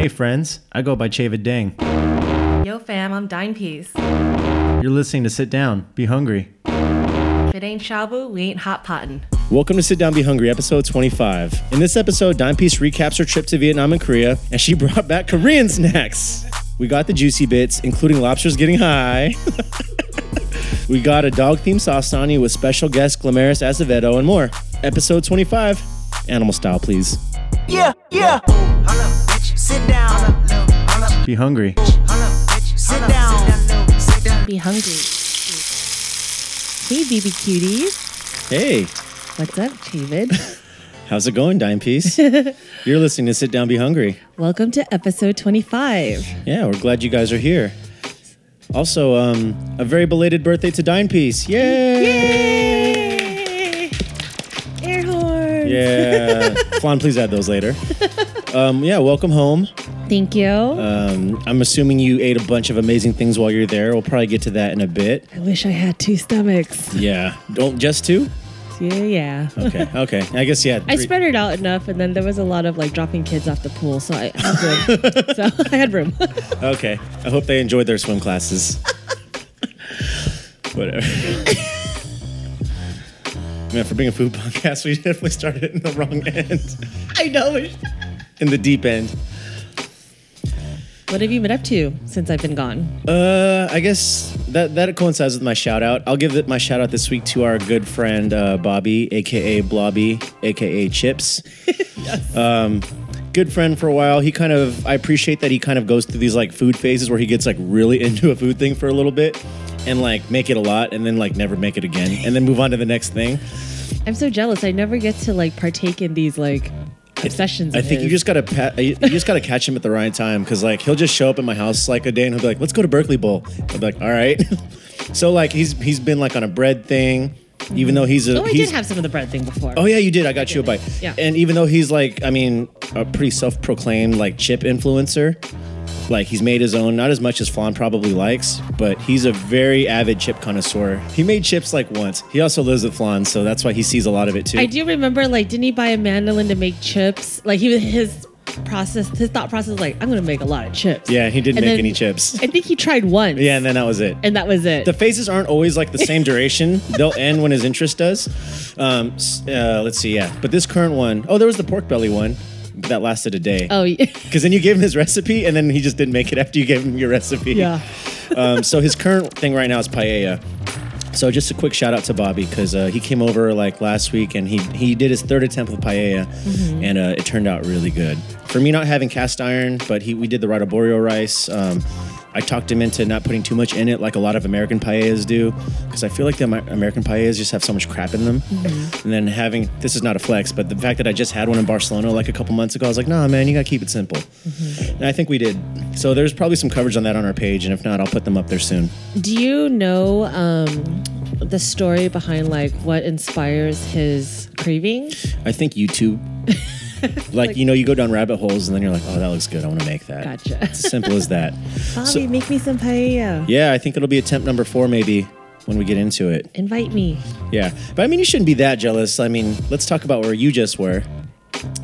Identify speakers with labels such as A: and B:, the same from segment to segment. A: Hey friends, I go by Chavid Dang.
B: Yo, fam, I'm Dine Peas.
A: You're listening to Sit Down, Be Hungry.
B: If it ain't shabu, we ain't hot potting.
A: Welcome to Sit Down Be Hungry, episode 25. In this episode, Dime Piece recaps her trip to Vietnam and Korea, and she brought back Korean snacks. We got the juicy bits, including lobsters getting high. we got a dog themed sasani with special guest Glamaris Acevedo and more. Episode 25, animal style, please.
C: Yeah, yeah. Sit down.
A: Be hungry.
C: Sit down.
B: Be hungry. Hey, BB cuties.
A: Hey,
B: What's up, David?
A: how's it going, Dime Piece? You're listening to Sit Down Be Hungry.
B: Welcome to episode 25.
A: Yeah, we're glad you guys are here. Also, um, a very belated birthday to Dine Piece. Yay!
B: Yay! Air horn.
A: Yeah. Flan, please add those later. Um, yeah, welcome home.
B: Thank you.
A: Um, I'm assuming you ate a bunch of amazing things while you're there. We'll probably get to that in a bit.
B: I wish I had two stomachs.
A: Yeah. Don't just two?
B: Yeah, yeah.
A: Okay. Okay. I guess, yeah. uh,
B: I
A: three-
B: spread it out enough, and then there was a lot of like dropping kids off the pool, so I had room. so I had room.
A: Okay. I hope they enjoyed their swim classes. Whatever. Man, for being a food podcast, we definitely started in the wrong end,
B: I know.
A: in the deep end.
B: What have you been up to since I've been gone?
A: Uh, I guess that that coincides with my shout out. I'll give it my shout out this week to our good friend uh, Bobby, aka Blobby, aka Chips. Um, good friend for a while. He kind of I appreciate that he kind of goes through these like food phases where he gets like really into a food thing for a little bit and like make it a lot and then like never make it again and then move on to the next thing.
B: I'm so jealous. I never get to like partake in these like obsessions.
A: I
B: of
A: think you
B: his.
A: just gotta pa- you you just gotta catch him at the right time because like he'll just show up at my house like a day and he'll be like, "Let's go to Berkeley Bowl." I'll be like, "All right." so like he's he's been like on a bread thing, even though he's a
B: Oh, I
A: he's,
B: did have some of the bread thing before.
A: oh yeah you did I got you a bite
B: Yeah.
A: and even though he's like I mean a pretty self proclaimed like chip influencer. Like he's made his own, not as much as Flan probably likes, but he's a very avid chip connoisseur. He made chips like once. He also lives with Flan, so that's why he sees a lot of it too.
B: I do remember, like, didn't he buy a mandolin to make chips? Like, he was his process, his thought process, was like, I'm gonna make a lot of chips.
A: Yeah, he didn't
B: And
A: make
B: then-
A: any chips.
B: I think he tried one.
A: Yeah, and then that was it.
B: and that was it.
A: the phases aren't always like the same duration. They'll end when his interest does. Um, s- uh, let's see, yeah. But this current one, oh, there was the pork belly one but that lasted a day.
B: oh, yeah.
A: Because then you gave him his recipe, and then he just didn't make it after you gave him your recipe.
B: Yeah.
A: um, so his current thing right now is paella. So just a quick shout out to Bobby because uh, he came over like last week and he he did his third attempt with paella, and uh, it turned out really good. For me, not having cast iron, but he we did the Rataboro rice. Um, I talked him into not putting too much in it, like a lot of American paellas do, because I feel like the Amer- American paellas just have so much crap in them. And then having this is not a flex, but the fact that I just had one in Barcelona like a couple months ago, I was like, nah, man, you gotta keep it simple. And I think we did. So there's probably some coverage on that on our page, and if not, I'll put them up there soon.
B: Do you know um, the story behind like what inspires his craving?
A: I think YouTube. like, you know, you go down rabbit holes and then you're like, oh, that looks good. I want to make that.
B: Gotcha.
A: It's as simple as that.
B: Bobby,
A: So-
B: make me some paella.
A: yeah, I think it'll be attempt number four maybe when we get into it.
B: Invite me.
A: Yeah. But I mean, you shouldn't be that jealous. I mean, let's talk about where you just were.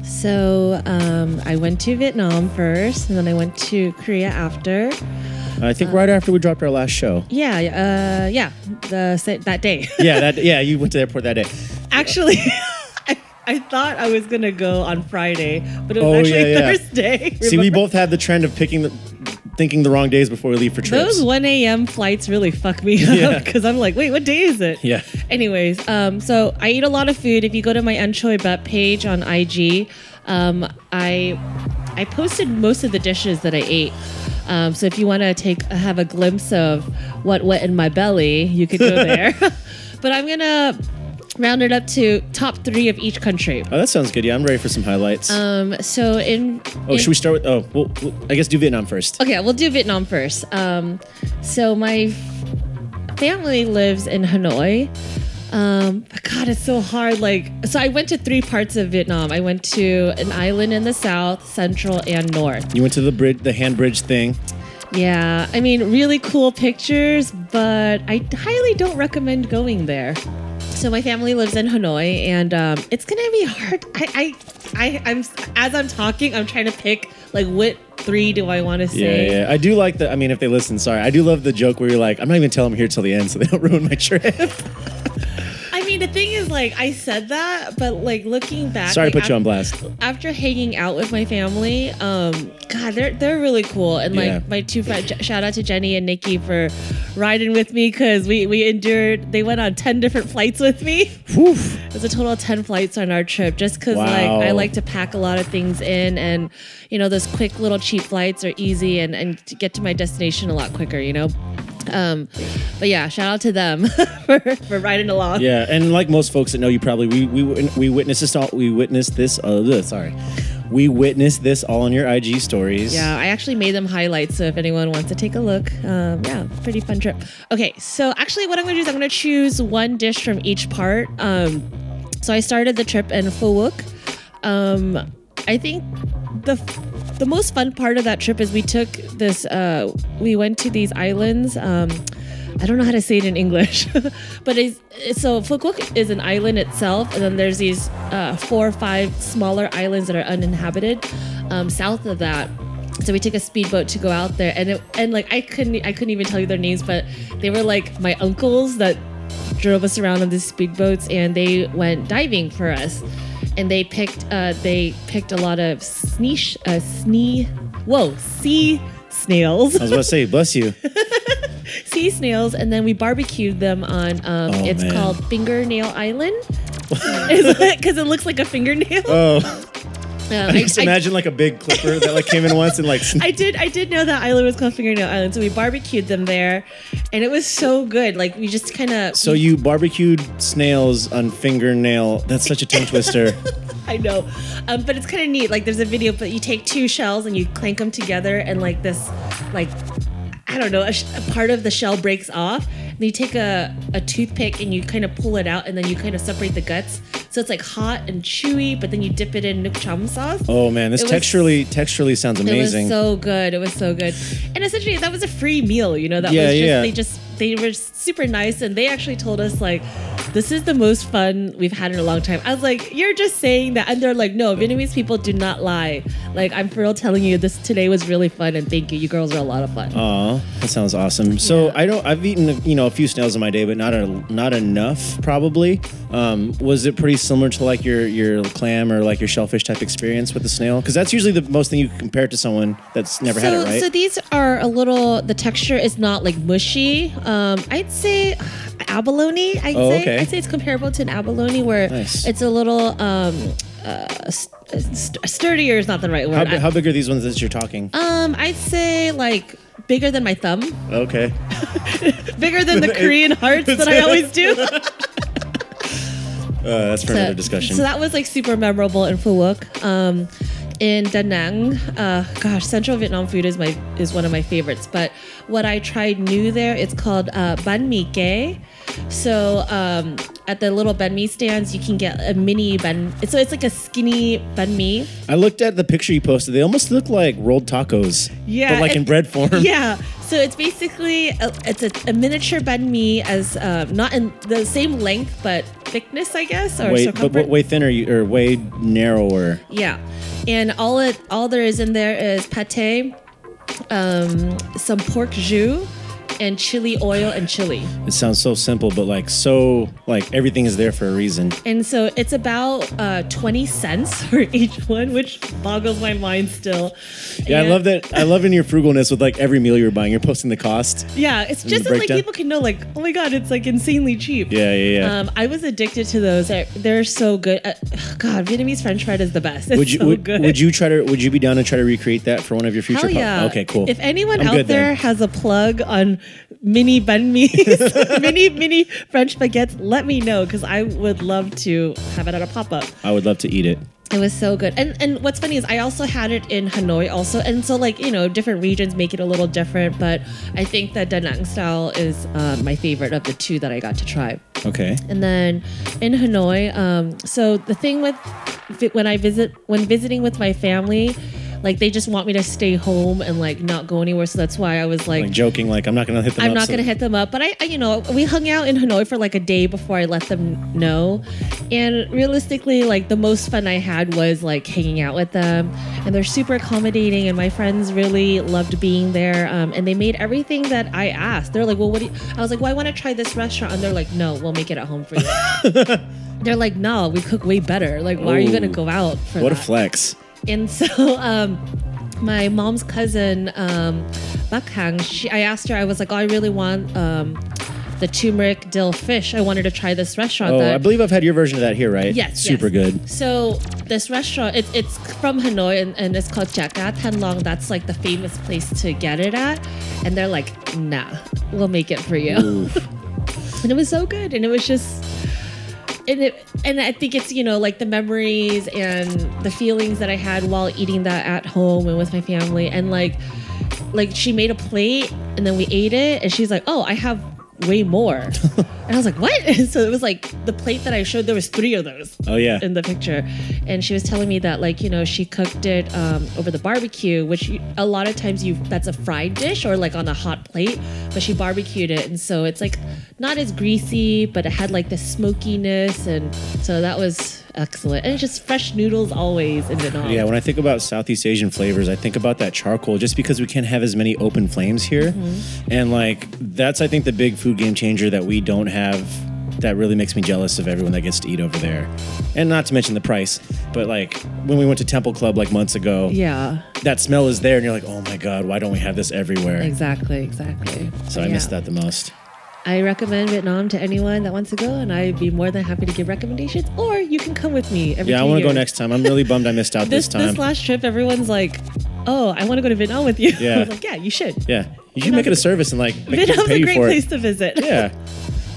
B: So um, I went to Vietnam first, and then I went to Korea after.
A: I
B: Uh.
A: think right after we dropped our last show.
B: Yeah, uh, yeah, the sa- that day.
A: Yeah, that yeah, you went to the airport that day.
B: actually, I, I thought I was gonna go on Friday, but it was
A: Oh,
B: actually
A: yeah, yeah.
B: Thursday.
A: See, we
B: Remember?
A: both had the trend of picking the thinking the wrong days before we leave for trips.
B: Those 1 a.m. flights really fuck me
A: Yeah.
B: up because I'm like, wait, what day is it?
A: Yeah.
B: Anyways, um, so I eat a lot of food. If you go to my Unchoy Butt page on IG, um, I I posted most of the dishes that I ate. Um, so if you want to take have a glimpse of what went in my belly, you could go there. but I'm gonna round it up to top three of each country.
A: oh, that sounds good. Yeah, I'm ready for some highlights.
B: Um, so in
A: oh, should we start with oh, well, well, I guess do Vietnam first.
B: Okay, we'll do Vietnam first. Um, so my f- family lives in Hanoi. Um, but God, it's so hard. Like, so I went to three parts of Vietnam. I went to an island in the south, central, and north.
A: You went to the bridge, the hand bridge thing.
B: Yeah, I mean, really cool pictures, but I highly don't recommend going there. So my family lives in Hanoi, and um, it's gonna be hard. I, I, I, I'm as I'm talking, I'm trying to pick like what three do I want to say?
A: Yeah, yeah. I do like the. I mean, if they listen, sorry. I do love the joke where you're like, I'm not even telling them here till the end, so they don't ruin my trip.
B: I mean, the thing is, like, I said that, but like looking back,
A: sorry,
B: like,
A: to put you on
B: af-
A: blast.
B: After hanging out with my family, um, God, they're they're really cool, and like
A: Yeah.
B: my two friends. Shout out to Jenny and Nikki for riding with me because we we endured. They went on ten different flights with me.
A: Whew.
B: There's a total of 10 flights on our trip just because
A: Wow.
B: like I like to pack a lot of things in and you know those quick little cheap flights are easy and and to get to my destination a lot quicker you know um but yeah shout out to them for, for riding along
A: Yeah, and like most folks that know you, probably we we we witnessed this all. We witnessed this. Uh, ugh, sorry, we witnessed this all on your IG stories.
B: Yeah, I actually made them highlights. So if anyone wants to take a look, um, yeah, pretty fun trip. Okay, so actually, what I'm going to do is I'm going to choose one dish from each part. Um, so I started the trip in Phu Quoc. Um, I think the the most fun part of that trip is we took this. Uh, we went to these islands. Um, I don't know how to say it in English, but it's, it's- so Phu Quoc is an island itself, and then there's these uh, four or five smaller islands that are uninhabited um, south of that so we took a speedboat to go out there and it, and like I couldn't e, I couldn't even tell you their names but they were like my uncles that drove us around on these speedboats and they went diving for us and they picked uh, they picked a lot of sneesh uh, snee whoa sea snails
A: I was about to say, bless you.
B: sea snails and then we barbecued them on um,
A: Oh,
B: it's
A: man.
B: called fingernail island because it looks like a fingernail
A: Oh,
B: Um,
A: I just
B: I- I-
A: imagine like a big clipper that like came in once and like.
B: I did. I did know that island was called Fingernail Island, so we barbecued them there, and it was so good. Like we just kind of.
A: So you barbecued snails on fingernail. That's such a tongue twister.
B: I know, um, but it's kind of neat. Like there's a video, but you take two shells and you clank them together, and like this, like I don't know, a, sh- a part of the shell breaks off, and you take a a toothpick and you kind of pull it out, and then you kind of separate the guts. So it's like hot and chewy, but then you dip it in nook chum sauce.
A: Oh man, this
B: It was-
A: texturally texturally sounds amazing.
B: It was so good. It was so good. And essentially, that was a free meal. You know, that
A: Yeah,
B: was just,
A: yeah.
B: they just, they were super nice. And they actually told us, like, this is the most fun we've had in a long time. I was like, you're just saying that. And they're like, no, Vietnamese people do not lie. Like, I'm for real telling you, this today was really fun. And thank you. You girls are a lot of fun.
A: Aw, that sounds awesome. So
B: Yeah.
A: I don't. I've eaten you know a few snails in my day, but not a not enough probably. Um, was it pretty similar to like your your clam or like your shellfish type experience with the snail? Because that's usually the most thing you can compare it to someone that's never had
B: so,
A: it, right?
B: so these are a little. The texture is not like mushy. Um, I'd say uh, abalone. I'd
A: Oh,
B: say
A: okay.
B: I'd say it's comparable to an abalone where
A: Nice.
B: it's a little um, uh, st- st- sturdier is not the right
A: how,
B: word.
A: bi- how big are these ones that you're talking?
B: I, um, I'd say like bigger than my thumb,
A: okay. Uh,
B: bigger than the Korean hearts that I always do.
A: Uh, that's for another discussion.
B: So that was like super memorable in Phu Quoc. Um, in Da Nang, uh, gosh, Central Vietnam food is my is one of my favorites. But what I tried new there, it's called uh, banh mi ke. So um, at the little banh mi stands, you can get a mini banh. So it's like a skinny banh mi.
A: I looked at the picture you posted. They almost look like rolled tacos.
B: Yeah,
A: But like in
B: it-
A: bread form.
B: Yeah. So it's basically a, it's a, a miniature banh mi as um, not in the same length but thickness, I guess, or
A: Way, but,
B: circumference.
A: but way thinner you- or way narrower.
B: Yeah, and all it all there is in there is pate, um, some pork jus, and chili oil and chili.
A: It sounds so simple, but like so like everything is there for a reason.
B: And so it's about uh, twenty cents for each one, which boggles my mind still.
A: Yeah, I
B: And-
A: love that. I love in your frugalness with like every meal you're buying, you're posting the cost.
B: Yeah, it's just
A: the
B: so, like
A: breakdown?
B: people can know, like, oh my god, it's like insanely cheap.
A: Yeah, yeah, yeah.
B: Um, I was addicted to those. They're, they're so good. Uh, God, Vietnamese French fried is the best. It's
A: would you
B: so
A: would,
B: good.
A: would you try to would you be down to try to recreate that for one of your future?
B: Hell
A: pub-
B: Oh, yeah.
A: Okay, cool.
B: If anyone
A: I'm
B: out
A: good
B: there
A: then.
B: has a plug on mini bun mi's, mini, mini French baguettes, let me know because I would love to have it at a pop up.
A: I would love to eat it.
B: It was so good. And and what's funny is I also had it in Hanoi also. And so like, you know, different regions make it a little different, but I think that Da Nang style is uh, my favorite of the two that I got to try.
A: Okay.
B: And then in Hanoi, um, so the thing with vi- when I visit when visiting with my family, Like they just want me to stay home and like not go anywhere. So that's why I was like,
A: Like joking, like I'm not gonna hit them.
B: I'm
A: up,
B: not
A: so-
B: gonna hit them up, but I, I, you know, we hung out in Hanoi for like a day before I let them know, and realistically, like the most fun I had was like hanging out with them, and they're super accommodating, and my friends really loved being there, um, and they made everything that I asked. They're like, well, what? Do you? I was like, well, I want to try this restaurant, and they're like, no, we'll make it at home for you. they're like, no, we cook way better. Like, why are you
A: Ooh.
B: gonna go out for
A: What a
B: that?
A: flex.
B: And so um, my mom's cousin, um, Bakhang, she, I asked her, I was like, oh, I really want um, the turmeric dill fish. I wanted to try this restaurant.
A: Oh,
B: that
A: I believe I've had your version of that here, right?
B: Yes.
A: Super
B: yes.
A: good.
B: So this restaurant, it's it's from Hanoi and, and it's called Jaka Tanlong. That's like the famous place to get it at. And they're like, nah, we'll make it for you. and it was so good. And it was just and it and I think it's, you know, like the memories and the feelings that I had while eating that at home and with my family. And like like she made a plate and then we ate it and she's like oh i have way more and i was like what so it was like the plate that i showed there was three of those
A: Oh yeah.
B: in the picture and she was telling me that like you know she cooked it um, over the barbecue which you, a lot of times you that's a fried dish or like on a hot plate but she barbecued it and so it's like not as greasy but it had like the smokiness and so that was excellent and it's just fresh noodles always in Vietnam
A: Yeah, when I think about Southeast Asian flavors, I think about that charcoal just because we can't have as many open flames here.
B: Mm-hmm.
A: And like that's I think the big food game changer that we don't have that really makes me jealous of everyone that gets to eat over there. And not to mention the price, but like when we went to Temple Club like months ago,
B: yeah
A: that smell is there and you're like, "Oh my god, why don't we have this everywhere?"
B: exactly exactly
A: So I
B: Yeah.
A: miss that the most.
B: I recommend Vietnam to anyone that wants to go, and I'd be more than happy to give recommendations. Or you can come with me. Every
A: Yeah, I
B: two
A: want to go
B: years.
A: next time. I'm really bummed I missed out
B: This
A: this, time.
B: this last trip, everyone's like, "Oh, I want to go to Vietnam with you." I
A: Yeah.
B: was like, "Yeah, you should."
A: yeah. You should make it a service and like make people
B: Vietnam's
A: pay
B: a
A: you
B: great
A: for
B: place
A: it.
B: to visit.
A: Yeah. There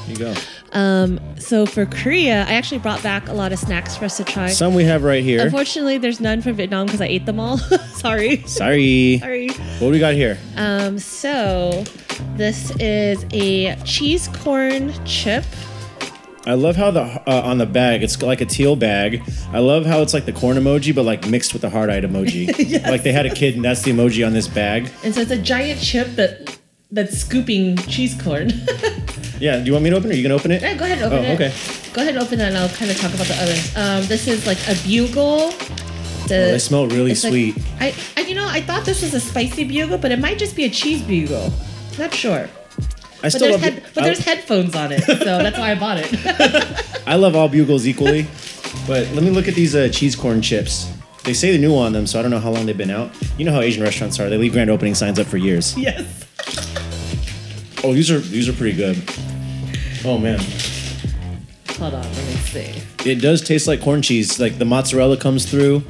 A: you go.
B: Um, so for Korea, I actually brought back a lot of snacks for us to try.
A: Some we have right here.
B: Unfortunately, there's none from Vietnam because I ate them all. Sorry.
A: Sorry.
B: Sorry.
A: What do we got here?
B: Um, so this is a cheese corn chip.
A: I love how the uh, on the bag it's like a teal bag. I love how it's like the corn emoji, but like mixed with the heart eyed emoji. Like they had a kid, and that's the emoji on this bag.
B: And so it's a giant chip that that's scooping cheese corn.
A: Yeah. Do you want me to open it? Or you can open it.
B: Yeah, go ahead and open
A: Oh,
B: it.
A: okay.
B: Go ahead and open it and I'll kind of talk about the others. Um, this is like a bugle. The,
A: Oh, they smell really
B: it's like-
A: sweet.
B: I, I, you know, I thought this was a spicy bugle, but it might just be a cheese bugle. Not sure.
A: I
B: But
A: still
B: there's,
A: love.
B: head, but
A: I-
B: there's headphones on it, so that's why I bought it.
A: I love all bugles equally, but let me look at these uh, cheese corn chips. They say they're new on them, so I don't know how long they've been out. You know how Asian restaurants are; they leave grand opening signs up for years.
B: yes.
A: Oh, these are these are pretty good. Oh man.
B: Hold on, let me see.
A: It does taste like corn cheese. Like the mozzarella comes through.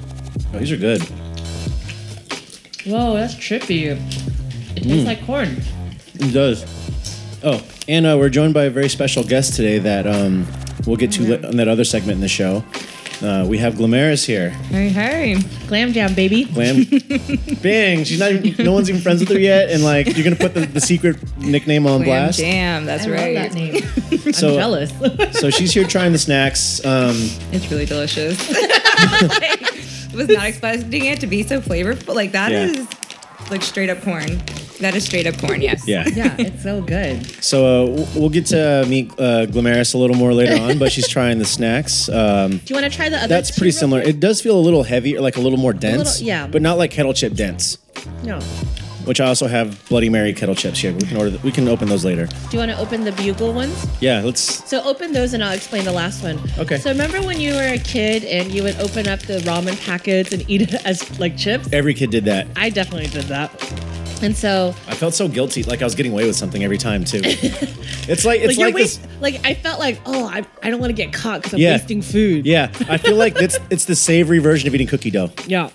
A: Oh, these are good.
B: Whoa, that's trippy. It tastes
A: Mm.
B: like corn.
A: It does. Oh, and uh, we're joined by a very special guest today that um, we'll get to li- on that other segment in the show. Uh, we have Glamaris here.
D: Hey, hey.
B: Glam jam, baby.
A: Glam. Bing. She's not even, no one's even friends with her yet. And like, you're going to put the, the secret nickname on
D: Glam
A: blast.
D: Jam, that's
B: I
D: right.
B: love that name. I'm
A: So-
B: jealous.
A: So she's here trying the snacks. Um,
D: It's really delicious. I was not expecting it to be so flavorful. Like that
A: Yeah.
D: is like straight up corn. That is straight up corn, yes.
A: yeah.
B: yeah, it's so good.
A: So uh, w- we'll get to meet uh, Glamaris a little more later on, but she's trying the snacks. Um,
B: Do you want to try the other?
A: That's
B: two
A: pretty
B: real
A: similar.
B: quick?
A: It does feel a little heavier, like a little more dense.
B: yeah.
A: But not like kettle chip dense,
B: No.
A: which I also have Bloody Mary kettle chips here. We can order. th- we can open those later.
B: Do you want to open the bugle ones?
A: Yeah. Let's.
B: So open those and I'll explain the last one.
A: Okay.
B: So remember when you were a kid and you would open up the ramen packets and eat it as like chips?
A: Every kid did that.
B: I definitely did that. And so
A: I felt so guilty, like I was getting away with something every time too. it's like it's
B: like, you're
A: like this.
B: wait, like I felt like, oh, I, I don't want to get caught because I'm
A: Yeah.
B: wasting food.
A: Yeah, I feel like it's it's the savory version of eating cookie dough.
B: Yeah.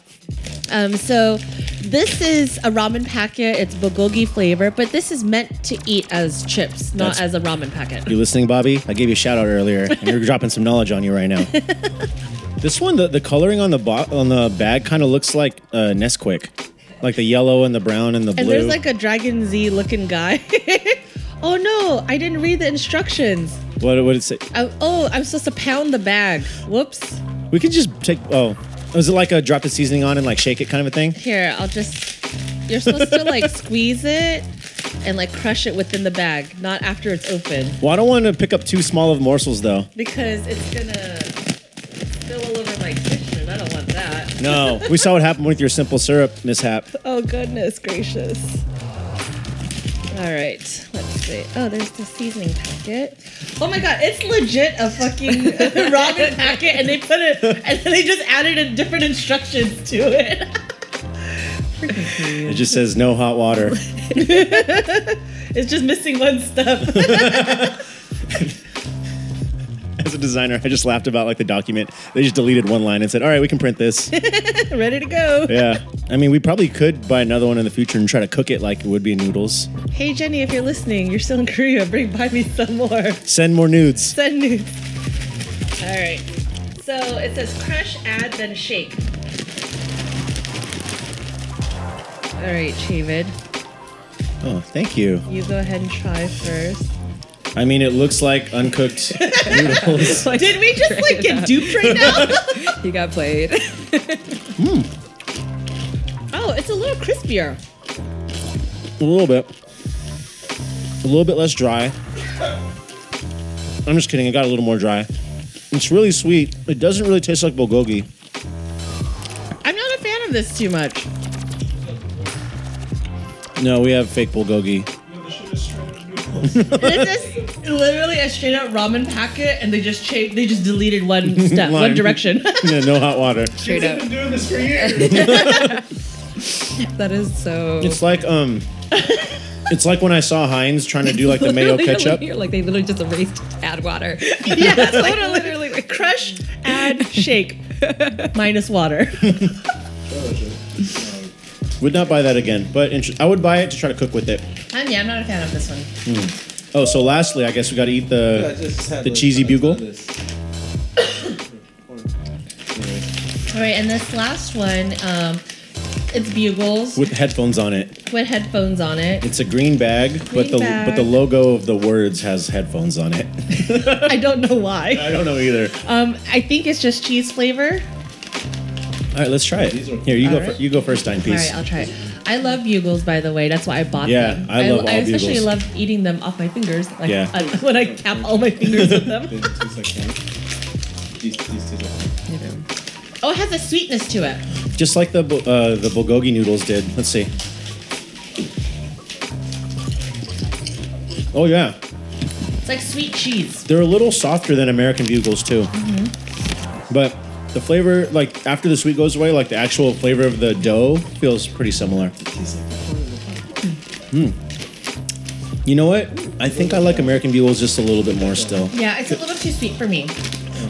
B: Um, so this is a ramen packet. It's bulgogi flavor, but this is meant to eat as chips, not
A: That's-
B: as a ramen packet.
A: You listening, Bobby? I gave you a shout out earlier, and you're dropping some knowledge on you right now. This one, the, the coloring on the bo- on the bag kind of looks like uh, Nesquik, like the yellow and the brown and the
B: And
A: blue.
B: there's like a Dragon Z looking guy. oh no, I didn't read the instructions.
A: what what it say?
B: I, oh, I'm supposed to pound the bag. Whoops.
A: We could just take. Oh, Was it like a drop the seasoning on and like shake it kind of a thing?
B: Here, I'll just. You're supposed to like squeeze it and like crush it within the bag, not after it's open,
A: Well, I don't want to pick up too small of morsels though.
B: because it's gonna spill all over my kitchen. I don't want that.
A: No, we saw what happened with your simple syrup mishap.
B: Oh goodness gracious! All right, let's see. Oh, there's the seasoning packet. Oh my god, it's legit a fucking ramen packet, and they put it, and then they just added in different instructions to it.
A: It just says no hot water.
B: It's just missing one step.
A: As a designer, I just laughed about like the document. They just deleted one line and said, "All right, we can print this."
B: Ready to go.
A: Yeah. I mean, we probably could buy another one in the future and try to cook it like it would be noodles.
B: Hey Jenny, if you're listening, you're still in Korea. Bring by me some more.
A: Send more nudes.
B: Send nudes. All right. So it says crush, add, then shake. All right, Chavid,
A: Oh, thank you.
B: you go ahead and try first.
A: I mean, it looks like uncooked noodles.
B: Did we just like get duped right now?
D: He got played.
B: oh, it's a little crispier.
A: A little bit. A little bit less dry. I'm just kidding. It got a little more dry. It's really sweet. It doesn't really taste like bulgogi.
B: I'm not a fan of this too much.
A: No, we have fake bulgogi.
B: This is literally a straight up ramen packet, and they just cha- they just deleted one step,
A: Line.
B: one direction.
A: yeah, no hot water.
D: Straight up.
E: been doing this for years.
D: That is so.
A: It's like um, it's like when I saw Heinz trying to do like the mayo
D: Literally,
A: ketchup.
D: Like they literally just erased add water.
B: yeah, totally.
D: literally.
B: Crush, add, shake, minus water.
A: Would not buy that again, but inter- I would buy it to try to cook with it.
B: And Um, yeah, I'm not a fan of this one.
A: Oh, so lastly, I guess we got to eat
E: I
A: the.
E: just had
A: The
E: to-
A: cheesy
E: I had
A: bugle?
E: this.
B: All right, and this last one, um, it's bugles with,
A: With headphones on it,
B: headphones on it.
A: it's a green bag, but
B: Green
A: the
B: bag.
A: but the logo of the words has headphones on it.
B: I don't know why.
A: I don't know either.
B: Um, I think it's just cheese flavor.
A: All right, let's try it.
E: These are-
A: Here, you go.
E: Alright.
A: fir- you go first, time
B: All
A: piece.
B: right, I'll try it. I love bugles, by the way. That's why I bought
A: Yeah,
B: them.
A: I love all
B: I especially
A: Bugles.
B: love eating them off my fingers. Like
A: Yeah.
B: uh, when I tap all my fingers with them.
E: These taste like corn. These, these taste like corn.
B: Oh, it has a sweetness to it.
A: Just like the bu- uh, the bulgogi noodles did. Let's see. Oh yeah,
B: It's like sweet cheese.
A: they're a little softer than American bugles too.
D: Mm-hmm.
A: But the flavor, like after the sweet goes away, like the actual flavor of the dough feels pretty similar.
D: Mm.
A: Hmm. You know what? I think I like American bugles just a little bit more still.
B: Yeah, it's a little too sweet for me.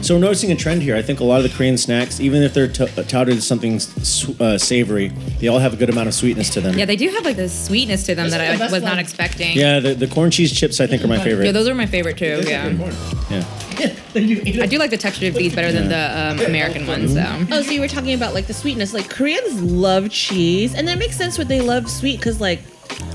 A: So we're noticing a trend here. I think a lot of the Korean snacks, even if they're t- uh, touted as something s- uh, savory, they all have a good amount of sweetness to them.
D: Yeah, they do have like this sweetness to them
B: Those
D: that
B: are the
D: I
B: best
D: was not
B: ones.
D: expecting.
A: Yeah, the, the corn cheese chips I think are my favorite.
D: Yeah, those are my favorite too. Yeah.
A: yeah.
D: I do like the texture of these better than the um, American ones though.
B: Oh, so you were talking about like the sweetness. Like Koreans love cheese, and that makes sense what they love sweet because like,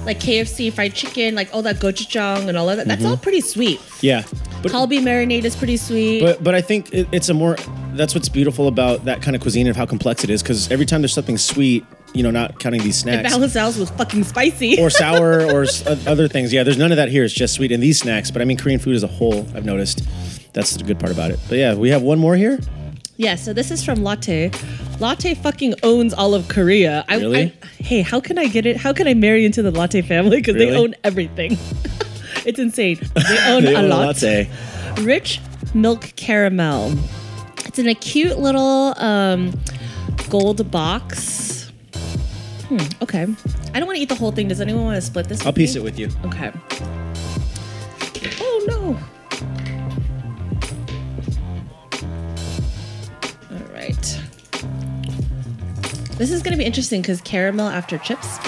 B: like KFC fried chicken, like all that gochujang and all of that. That's all pretty sweet.
A: Yeah. Mm-hmm. But,
B: Kalbi marinade is pretty sweet.
A: but but I think it, it's a more that's what's beautiful about that kind of cuisine and how complex it is because every time there's something sweet, you know, not counting these snacks
B: Balance out with fucking spicy.
A: or sour or s- o- other things. Yeah, there's none of that here. It's just sweet in these snacks. But I mean, Korean food as a whole, I've noticed that's the good part about it. But yeah, we have one more here.
B: yeah. So this is from Latte. Latte fucking owns all of Korea. I,
A: Really?
B: I- hey, how can I get it? How can I marry into the Latte family? Because they
A: Really?
B: own everything. it's insane. They own
A: They
B: a
A: own
B: lot. rich milk caramel. It's in a cute little um, gold box. Hmm, okay. I don't want to eat the whole thing. Does anyone want to split this?
A: I'll piece it with you.
B: me? Okay. Oh no. All right. This is going to be interesting because caramel after chips.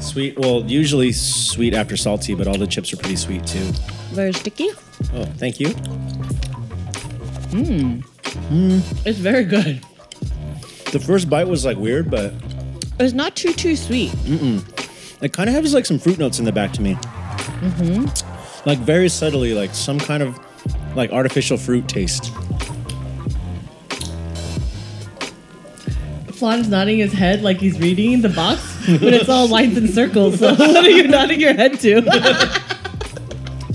A: Sweet. Well, usually sweet after salty, but all the chips are pretty sweet too.
B: Very sticky.
A: Oh, thank you.
B: It's very good.
A: The first bite was like weird, but
B: It's not too too sweet.
A: it kind of has like some fruit notes in the back to me. Mm-hmm.
B: Mm-hmm.
A: Like very subtly, like some kind of like artificial fruit taste.
B: Swan's nodding his head like he's reading the box, but it's all lines and circles. So what are you nodding your head to?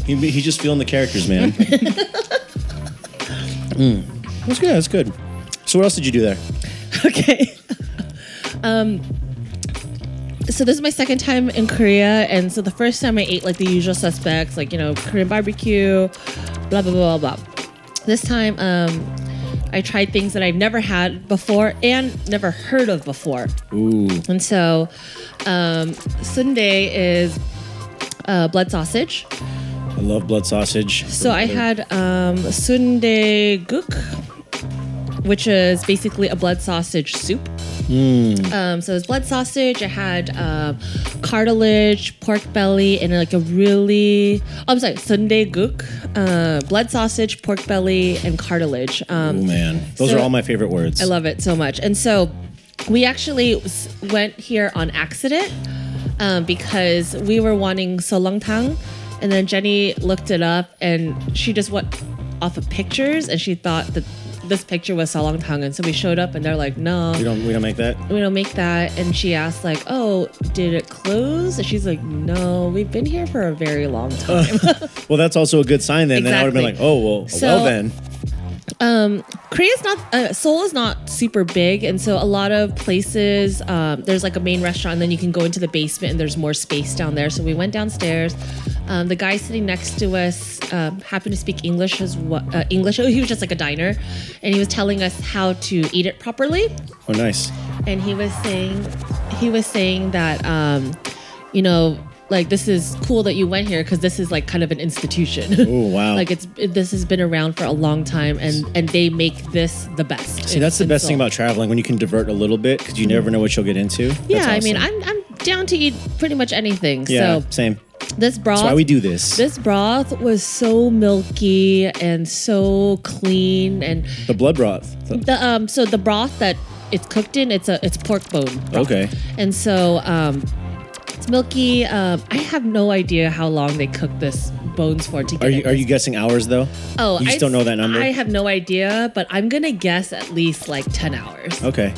A: He, he's just feeling the characters, man. mm. That's good. That's good. So what else did you do there?
B: okay. Um, so this is my second time in Korea, and so the first time I ate like the usual suspects, like you know Korean barbecue, blah blah blah blah. blah. This time, um, I tried things that I've never had before and never heard of before.
A: Ooh.
B: And so, um, sundae is uh, blood sausage.
A: I love blood sausage.
B: So I had um, sundae guk, which is basically a blood sausage soup. Um, so it was blood sausage. I had um, cartilage, pork belly, and like a really. Oh, I'm sorry, sundae guk, uh, blood sausage, pork belly, and cartilage. Um,
A: Oh man, those
B: So-
A: are all my favorite words.
B: I love it so much. And so we actually s- went here on accident um, because we were wanting solongtang. And then Jenny looked it up and she just went off of pictures and she thought that this picture was solongtang. And so we showed up and they're like, no,
A: We don't we don't make that.
B: we don't make that. And she asked, like, oh, did it close? And she's like, no, we've been here for a very long time.
A: Well, that's also a good sign then. Then I would have been like,
B: Exactly.
A: oh well,
B: So-
A: well then.
B: Korea's not uh, Seoul is not super big, and so a lot of places um, there's like a main restaurant, and then you can go into the basement, and there's more space down there. So we went downstairs. Um, the guy sitting next to us um, happened to speak English as well, uh, English. Oh, he was just like a diner, and he was telling us how to eat it properly
A: Oh nice.
B: and he was saying he was saying that um, you know like this is cool that you went here because this is like kind of an institution.
A: Oh, wow.
B: like it's it- this has been around for a long time, and and they make this the best.
A: See, that's the
B: in
A: best thing
B: Seoul.
A: about traveling when you can divert a little bit because you never know what you'll get into. That's
B: Yeah, I mean,
A: awesome.
B: I'm I'm down to eat pretty much anything.
A: yeah,
B: So
A: same.
B: this broth,
A: That's why we do this.
B: this broth was so milky and so clean, and
A: the blood broth.
B: the um so the broth that it's cooked in, it's a it's pork bone.
A: Okay.
B: And so um, it's milky. Um, I have no idea how long they cook this bones for to get
A: Are you
B: it
A: are
B: this-
A: you guessing hours though?
B: Oh,
A: you just
B: I-
A: don't know that number.
B: I have no idea, but I'm gonna guess at least like ten hours.
A: okay.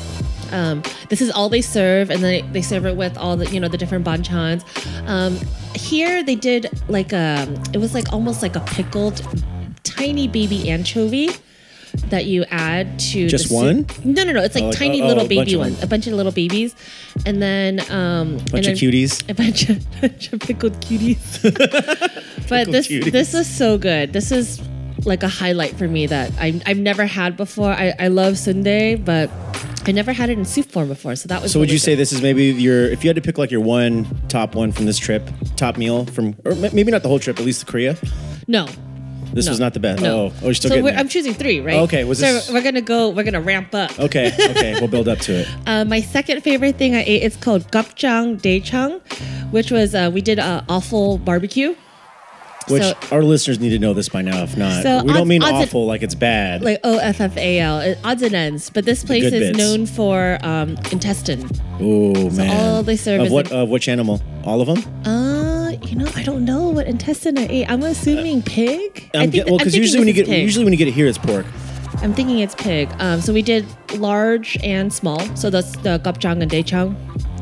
B: Um, this is all they serve, and then they serve it with all the you know the different banchans. Um, here they did like a it was like almost like a pickled tiny baby anchovy that you add to
A: Just
B: the soup.
A: one?
B: No, no, no. It's like
A: Oh, like-
B: tiny
A: oh, oh,
B: little
A: a bunch
B: baby
A: of
B: ones,
A: them.
B: a bunch of little babies, and then um,
A: Bunch of cuties.
B: a bunch of, bunch of pickled cuties. but this
A: cuties.
B: this is so good. This is like a highlight for me that I, I've never had before. I, I love sundae, but I never had it in soup form before. So that was.
A: So would
B: really
A: you say
B: good.
A: this is maybe your if you had to pick like your one top one from this trip, top meal from or ma- maybe not the whole trip, at least to Korea.
B: no?
A: This
B: no,
A: was not the best.
B: No.
A: Oh, oh, you're still
B: so
A: getting
B: we're,
A: there.
B: I'm choosing three, right?
A: Okay, was
B: so
A: this-
B: we're gonna go. We're gonna ramp up.
A: Okay, okay, we'll build up to it.
B: Uh, my second favorite thing I ate is called gopchang daechang, which was uh, we did uh, awful barbecue.
A: Which
B: So-
A: our listeners need to know this by now. If not,
B: So
A: we don't
B: odds-
A: mean
B: odds it-
A: awful like it's bad.
B: like O F F A L, it- odds and ends. But this place is
A: good bits.
B: known for um, intestine.
A: oh man!
B: all they serve
A: of
B: is
A: what?
B: a-
A: Of which animal? All of them?
B: Uh, you know, I don't know what intestine I ate. I'm assuming pig. I
A: I'm ge-
B: think-
A: well,
B: I'm
A: because
B: thinking
A: usually when you
B: this
A: get
B: is pig.
A: usually when you get it here, it's pork. Oh,
B: I'm thinking it's pig. Um, so we did large and small. So that's the gopchang and daechang.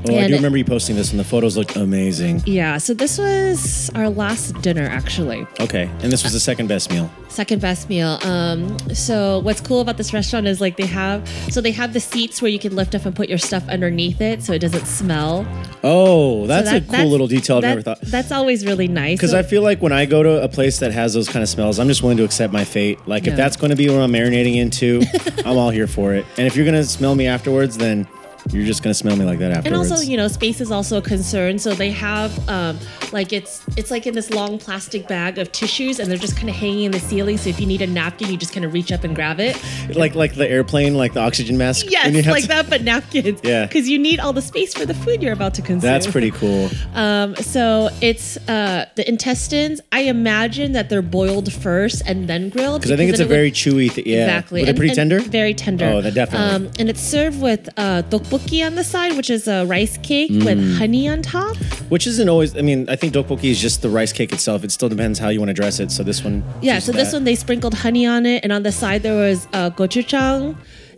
A: Oh, I
B: And-
A: do remember you posting this, and the photos looked amazing.
B: Yeah. So this was our last dinner, actually.
A: Okay, and this was the second best meal.
B: second best meal. Um, so what's cool about this restaurant is like they have so they have the seats where you can lift up and put your stuff underneath it so it doesn't smell.
A: Oh,
B: So
A: that's
B: that-
A: a cool little detail I've
B: that-
A: never thought.
B: That's always really nice.
A: Because
B: So-
A: I feel like when I go to a place that has those kind of smells, I'm just willing to accept my fate. Like
B: Yeah.
A: if that's going to be what I'm marinating into, I'm all here for it. And if you're going to smell me afterwards, then you're just going to smell me like that
B: and
A: afterwards.
B: also, you know, space is also a concern. So they have um, like it's it's like in this long plastic bag of tissues, and they're just kind of hanging in the ceiling. So if you need a napkin, you just kind of reach up and grab it.
A: like like the airplane, like the oxygen mask. when you
B: Yes,
A: have
B: like
A: to-
B: that, but napkins.
A: Yeah.
B: because you need all the space for the food you're about to consume.
A: That's pretty cool.
B: Um, so it's uh, the intestines. I imagine that they're boiled first and then grilled.
A: Because I think it's a
B: then it would-
A: very chewy. Th- yeah,
B: Exactly.
A: Were they
B: And-
A: pretty
B: and
A: tender?
B: Very tender.
A: Oh, they definitely.
B: Um, and it's served with uh, tteokbokki on the side, which is a rice cake with
A: Mm.
B: honey on top.
A: Which isn't always. I mean, I think dokboki is just the rice cake itself. It still depends how you want to dress it. So this one.
B: Yeah,
A: chooses
B: so this
A: that.
B: one they sprinkled honey on it, and on the side there was uh, gochujang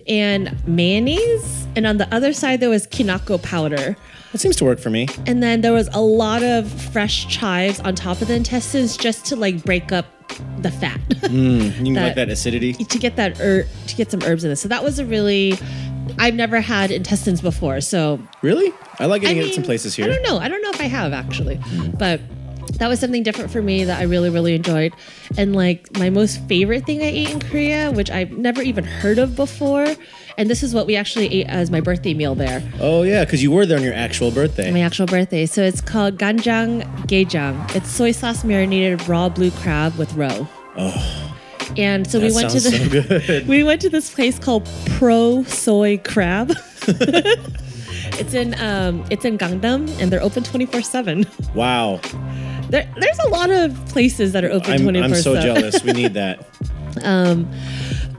B: and mayonnaise, and on the other side there was kinako powder.
A: That seems to work for me.
B: And then there was a lot of fresh chives on top of the intestines just to like break up the fat
A: You can like
B: That-
A: that acidity.
B: to get that er- to get some herbs in this. So that was a really I've never had intestines before, so
A: Really? I like getting it at some
B: mean,
A: places
B: I
A: here.
B: don't know. I don't know if I have actually, but that was something different for me that I really, really enjoyed. And like my most favorite thing I ate in Korea, which I've never even heard of before, and this is what we actually ate as my birthday meal there,
A: Oh yeah, because you were there on your actual birthday.
B: my actual birthday. So it's called ganjang gaejang. It's soy sauce marinated raw blue crab with roe. Oh. And so
A: that
B: we went to
A: sounds
B: the
A: so good.
B: we went to this place called Pro Soy Crab. it's in um, it's in Gangnam, and they're open twenty four seven.
A: wow,
B: There, there's a lot of places that are open
A: I'm,
B: twenty
A: I'm
B: four
A: so
B: seven.
A: jealous. We need that.
B: Um,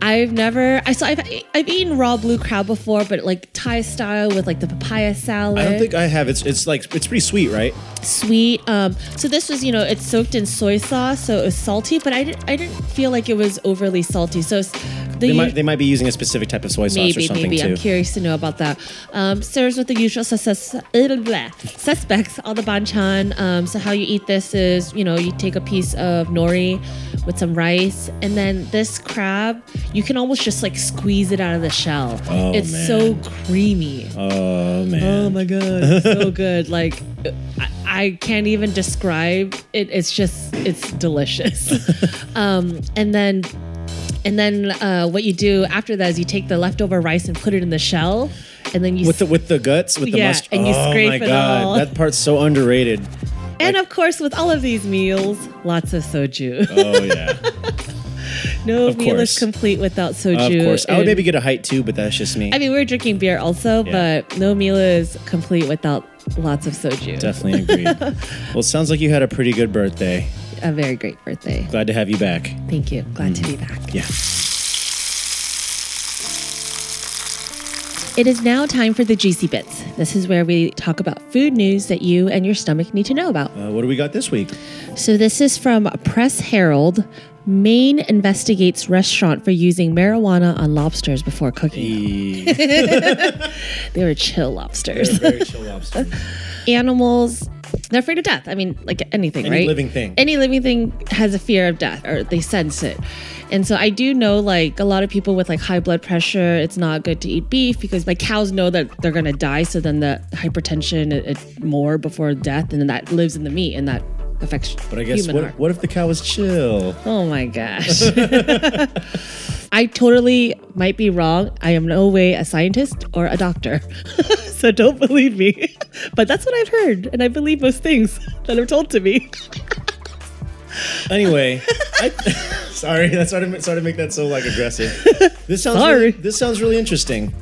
B: I've never I so I've I've eaten raw blue crab before, but like Thai style with like the papaya salad.
A: I don't think I have. It's it's like it's pretty sweet, right?
B: sweet. Um, so this was, you know, it's soaked in soy sauce, so it was salty, but I didn't I didn't feel like it was overly salty. So it's- the
A: They
B: u-
A: might they might be using a specific type of soy sauce
B: maybe,
A: or something
B: maybe. I'm
A: too.
B: curious to know about that. Um, serves with the usual sus- blah, blah, suspects, all the banchan. Um, so how you eat this is, you know, you take a piece of nori with some rice, and then this crab, you can almost just like squeeze it out of the shell.
A: Oh,
B: it's
A: man.
B: so creamy.
A: oh man.
B: Oh my god, it's so good! Like, I, I can't even describe it. It's just, it's delicious. um, and then, and then, uh, what you do after that is you take the leftover rice and put it in the shell, and then you
A: with the with the guts with the
B: Yeah,
A: mustard.
B: and you
A: oh
B: scrape
A: my
B: it
A: god,
B: all.
A: that part's so underrated.
B: and of course with all of these meals, lots of soju.
A: Oh yeah,
B: no
A: of
B: meal
A: course.
B: is complete without soju.
A: of course. I would
B: And-
A: maybe get a height too, but that's just me.
B: I mean, we are drinking beer also,
A: Yeah.
B: but no meal is complete without lots of soju.
A: Definitely agree. well, it sounds like you had a pretty good birthday.
B: A very great birthday.
A: Glad to have you back.
B: Thank you. Glad to be back.
A: Mm. Yeah.
B: It is now time for the juicy bits. This is where we talk about food news that you and your stomach need to know about.
A: Uh, what do we got this week?
B: So, this is from Press Herald. Maine investigates restaurant for using marijuana on lobsters before cooking.
A: The
B: They were chill lobsters.
A: very chill lobster.
B: Animals, they're afraid of death. I mean, like anything,
A: Any
B: right?
A: living thing.
B: Any living thing has a fear of death or they sense it. And so I do know like a lot of people with like high blood pressure, it's not good to eat beef because like cows know that they're gonna die. So then the hypertension, it, it's more before death, and then that lives in the meat and that affects
A: But I guess
B: human
A: what,
B: heart.
A: what if the cow was chill?
B: Oh my gosh. I totally might be wrong. I am no way a scientist or a doctor. so don't believe me. But that's what I've heard. And I believe most things that are told to me.
A: Anyway, I, sorry, that's sorry to, ma- sorry to make that so like aggressive. This sounds
B: Sorry.
A: Really, this sounds really interesting.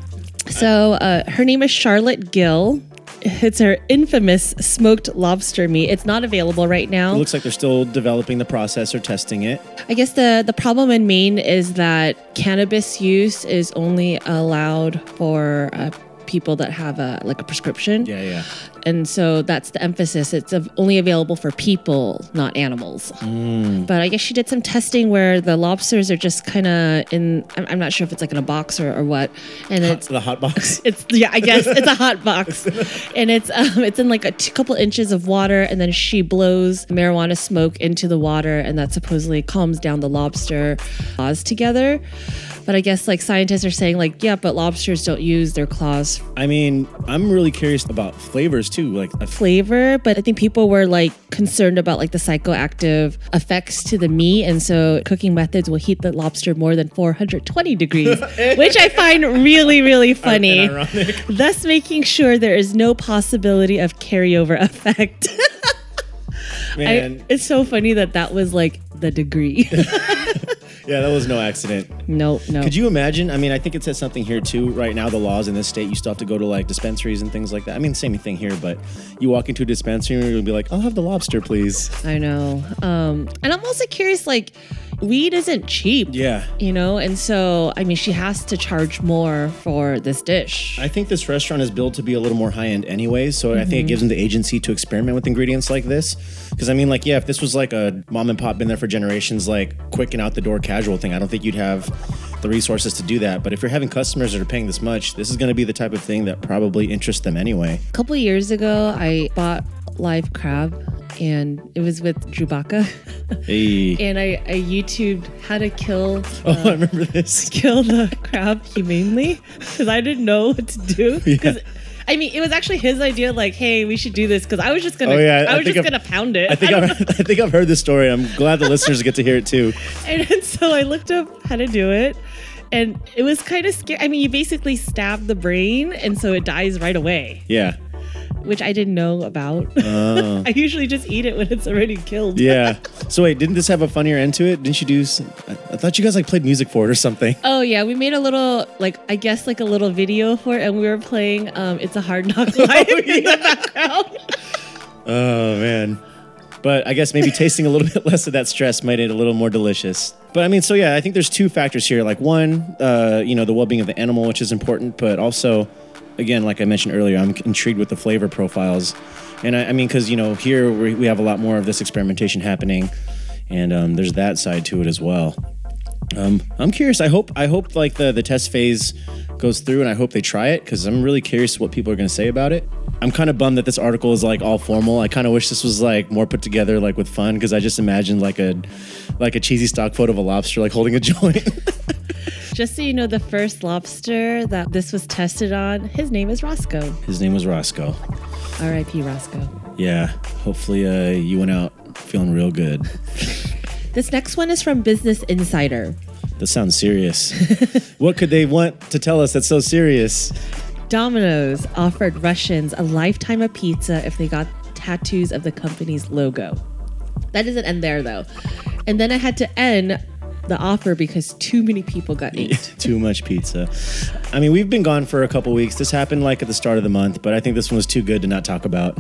B: So uh, her name is Charlotte Gill. It's her infamous smoked lobster meat. It's not available right now.
A: It looks like they're still developing the process or testing it.
B: I guess the the problem in Maine is that cannabis use is only allowed for uh, people that have a like a prescription.
A: Yeah, yeah.
B: And so that's the emphasis. It's av- only available for people, not animals. But I guess she did some testing where the lobsters are just kind of in. I'm, I'm not sure if it's like in a box or, or what. And
A: It's
B: it's
A: the hot box.
B: it's yeah, I guess it's a hot box, and it's um, it's in like a t- couple inches of water, and then she blows marijuana smoke into the water, and that supposedly calms down the lobster claws together. But I guess like scientists are saying like yeah, but lobsters don't use their claws
A: I mean, I'm really curious about flavors too. Like, a f-
B: flavor, but I think people were like concerned about like the psychoactive effects to the meat, and so cooking methods will heat the lobster more than 420 degrees, which I find really really funny.
A: and ironic.
B: thus making sure there is no possibility of carryover effect. I-
A: man,
B: it's so funny that that was like the degree.
A: yeah, that was no accident.
B: no, no.
A: Could you imagine? I mean, I think it says something here too. Right now, the laws in this state, you still have to go to like dispensaries and things like that. I mean, same thing here, but you walk into a dispensary and you'll be like, "I'll have the lobster, please."
B: I know. Um, and I'm also curious, like, weed isn't cheap.
A: Yeah.
B: You know, and so I mean, she has to charge more for this dish.
A: I think this restaurant is built to be a little more high end anyway, so I think it gives them the agency to experiment with ingredients like this. Because I mean, like, yeah, if this was like a mom and pop been there for generations, like quick and out the door casual thing, I don't think you'd have the resources to do that. But if you're having customers that are paying this much, this is going to be the type of thing that probably interests them anyway.
B: A couple years ago, I bought live crab, and it was with Drubaka,
A: Hey.
B: and I, I YouTubed how to kill
A: oh, I remember this.
B: kill the crab humanely because I didn't know what to do. 'Cause,
A: Yeah.
B: I mean, it was actually his idea. Like, hey, we should do this because I was just gonna,
A: Oh, yeah, I
B: I was
A: think
B: just
A: I've-
B: gonna pound it.
A: I think
B: don't
A: I've, I think I've heard this story. I'm glad the listeners get to hear it too.
B: And then so I looked up how to do it. And it was kind of scary. I mean, you basically stab the brain, and so it dies right away,
A: Yeah.
B: which I didn't know about. I usually just eat it when it's already killed.
A: Oh. Yeah. So wait, didn't this have a funnier end to it? Didn't you do? s- I I thought you guys like played music for it or something.
B: Oh yeah, we made a little, like I guess, like a little video for it, and we were playing. Um, it's a hard knock life in the background.
A: Oh man. But I guess maybe tasting a little bit less of that stress made it a little more delicious. But I mean, so yeah, I think there's two factors here. Like one, uh, you know, the well-being of the animal, which is important, but also, again, like I mentioned earlier, I'm intrigued with the flavor profiles, and I, I mean, because you know, here we, we have a lot more of this experimentation happening, and um, there's that side to it as well. Um, I'm curious. I hope I hope like the the test phase goes through, and I hope they try it because I'm really curious what people are going to say about it. I'm kind of bummed that this article is like all formal. I kind of wish this was like more put together, like with fun, because I just imagined like a like a cheesy stock photo of a lobster like holding a joint.
B: Just so you know, the first lobster that this was tested on, his name is Roscoe.
A: His name was Roscoe.
B: R.I.P. Roscoe.
A: Yeah. Hopefully, uh, you went out feeling real good.
B: This next one is from Business Insider.
A: That sounds serious. what could they want to tell us that's so serious?
B: Domino's offered Russians a lifetime of pizza if they got tattoos of the company's logo. That doesn't end there though. And then I had to end the offer because too many people got ate.
A: Too much pizza. I mean, we've been gone for a couple weeks. This happened like at the start of the month, but I think this one was too good to not talk about.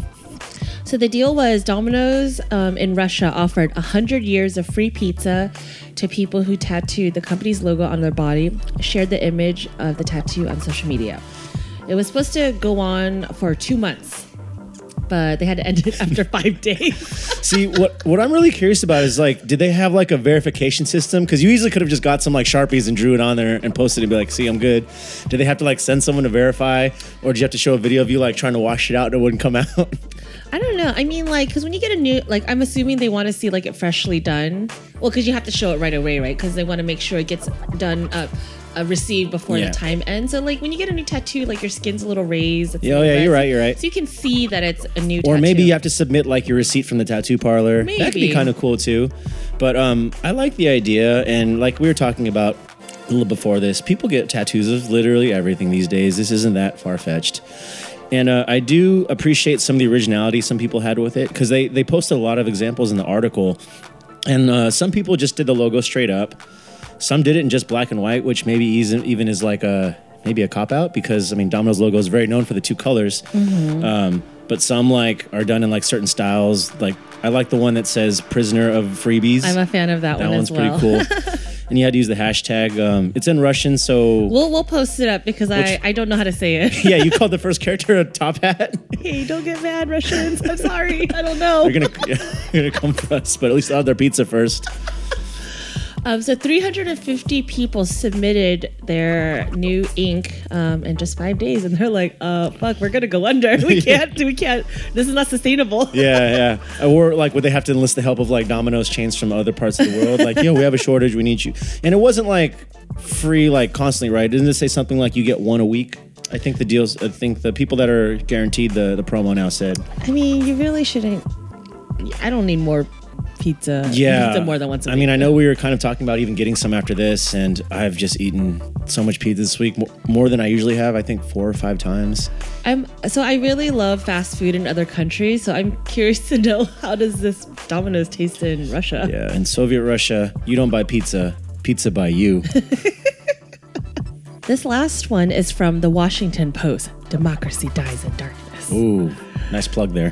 B: So the deal was Domino's um, in Russia offered 100 years of free pizza to people who tattooed the company's logo on their body, shared the image of the tattoo on social media. It was supposed to go on for two months, but they had to end it after five days.
A: See, what what I'm really curious about is like, did they have like a verification system? Because you easily could have just got some like sharpies and drew it on there and posted it and be like, "See, I'm good." Did they have to like send someone to verify, or did you have to show a video of you like trying to wash it out and it wouldn't come out?
B: I don't know. I mean, like, because when you get a new, like, I'm assuming they want to see like it freshly done. Well, because you have to show it right away, right? Because they want to make sure it gets done up, uh, received before
A: Yeah.
B: the time ends. So, like, when you get a new tattoo, like your skin's a little raised. it's a
A: Yeah,
B: little
A: yeah, you're
B: red.
A: right, you're right.
B: So you can see that it's a new.
A: Or
B: tattoo.
A: maybe you have to submit like your receipt from the tattoo parlor. That could be
B: Maybe.
A: kind of cool too. But um, I like the idea, and like we were talking about a little before this, people get tattoos of literally everything these days. This isn't that far fetched. And uh, I do appreciate some of the originality some people had with it because they they posted a lot of examples in the article, and uh, some people just did the logo straight up. Some did it in just black and white, which maybe isn't even is like a maybe a cop out because I mean Domino's logo is very known for the two colors.
B: Mm-hmm.
A: Um, but some like are done in like certain styles. Like I like the one that says "Prisoner of Freebies."
B: I'm a fan of that,
A: that
B: one
A: one's
B: as well.
A: pretty cool. and you had to use the hashtag. Um, it's in Russian, so
B: We'll we'll post it up because I I don't know how to say it.
A: yeah, you called the first character a top hat.
B: hey, don't get mad, Russians. I'm sorry. I don't know.
A: They're gonna they're gonna come for us, but at least they'll have their pizza first.
B: Um, so 350 people submitted their new ink um, in just five days, and they're like, "Uh, fuck, we're gonna go under. We can't. We can't. This is not sustainable."
A: Yeah, yeah. Or like, would they have to enlist the help of like Domino's chains from other parts of the world? Like, yo, we have a shortage. We need you. And it wasn't like free, like constantly, right? Didn't it say something like you get one a week? I think the deals. I think the people that are guaranteed the the promo now said.
B: I mean, you really shouldn't. I don't need more pizza.
A: Yeah,
B: pizza more than once. a
A: I mean, I know we were kind of talking about even getting some after this, and I've just eaten so much pizza this week, more, more than I usually have. I think four or five times.
B: I'm so I really love fast food in other countries. So I'm curious to know how does this Domino's taste in Russia?
A: Yeah, in Soviet Russia, you don't buy pizza. Pizza by you.
B: This last one is from the Washington Post. Democracy dies in darkness.
A: Ooh, nice plug there.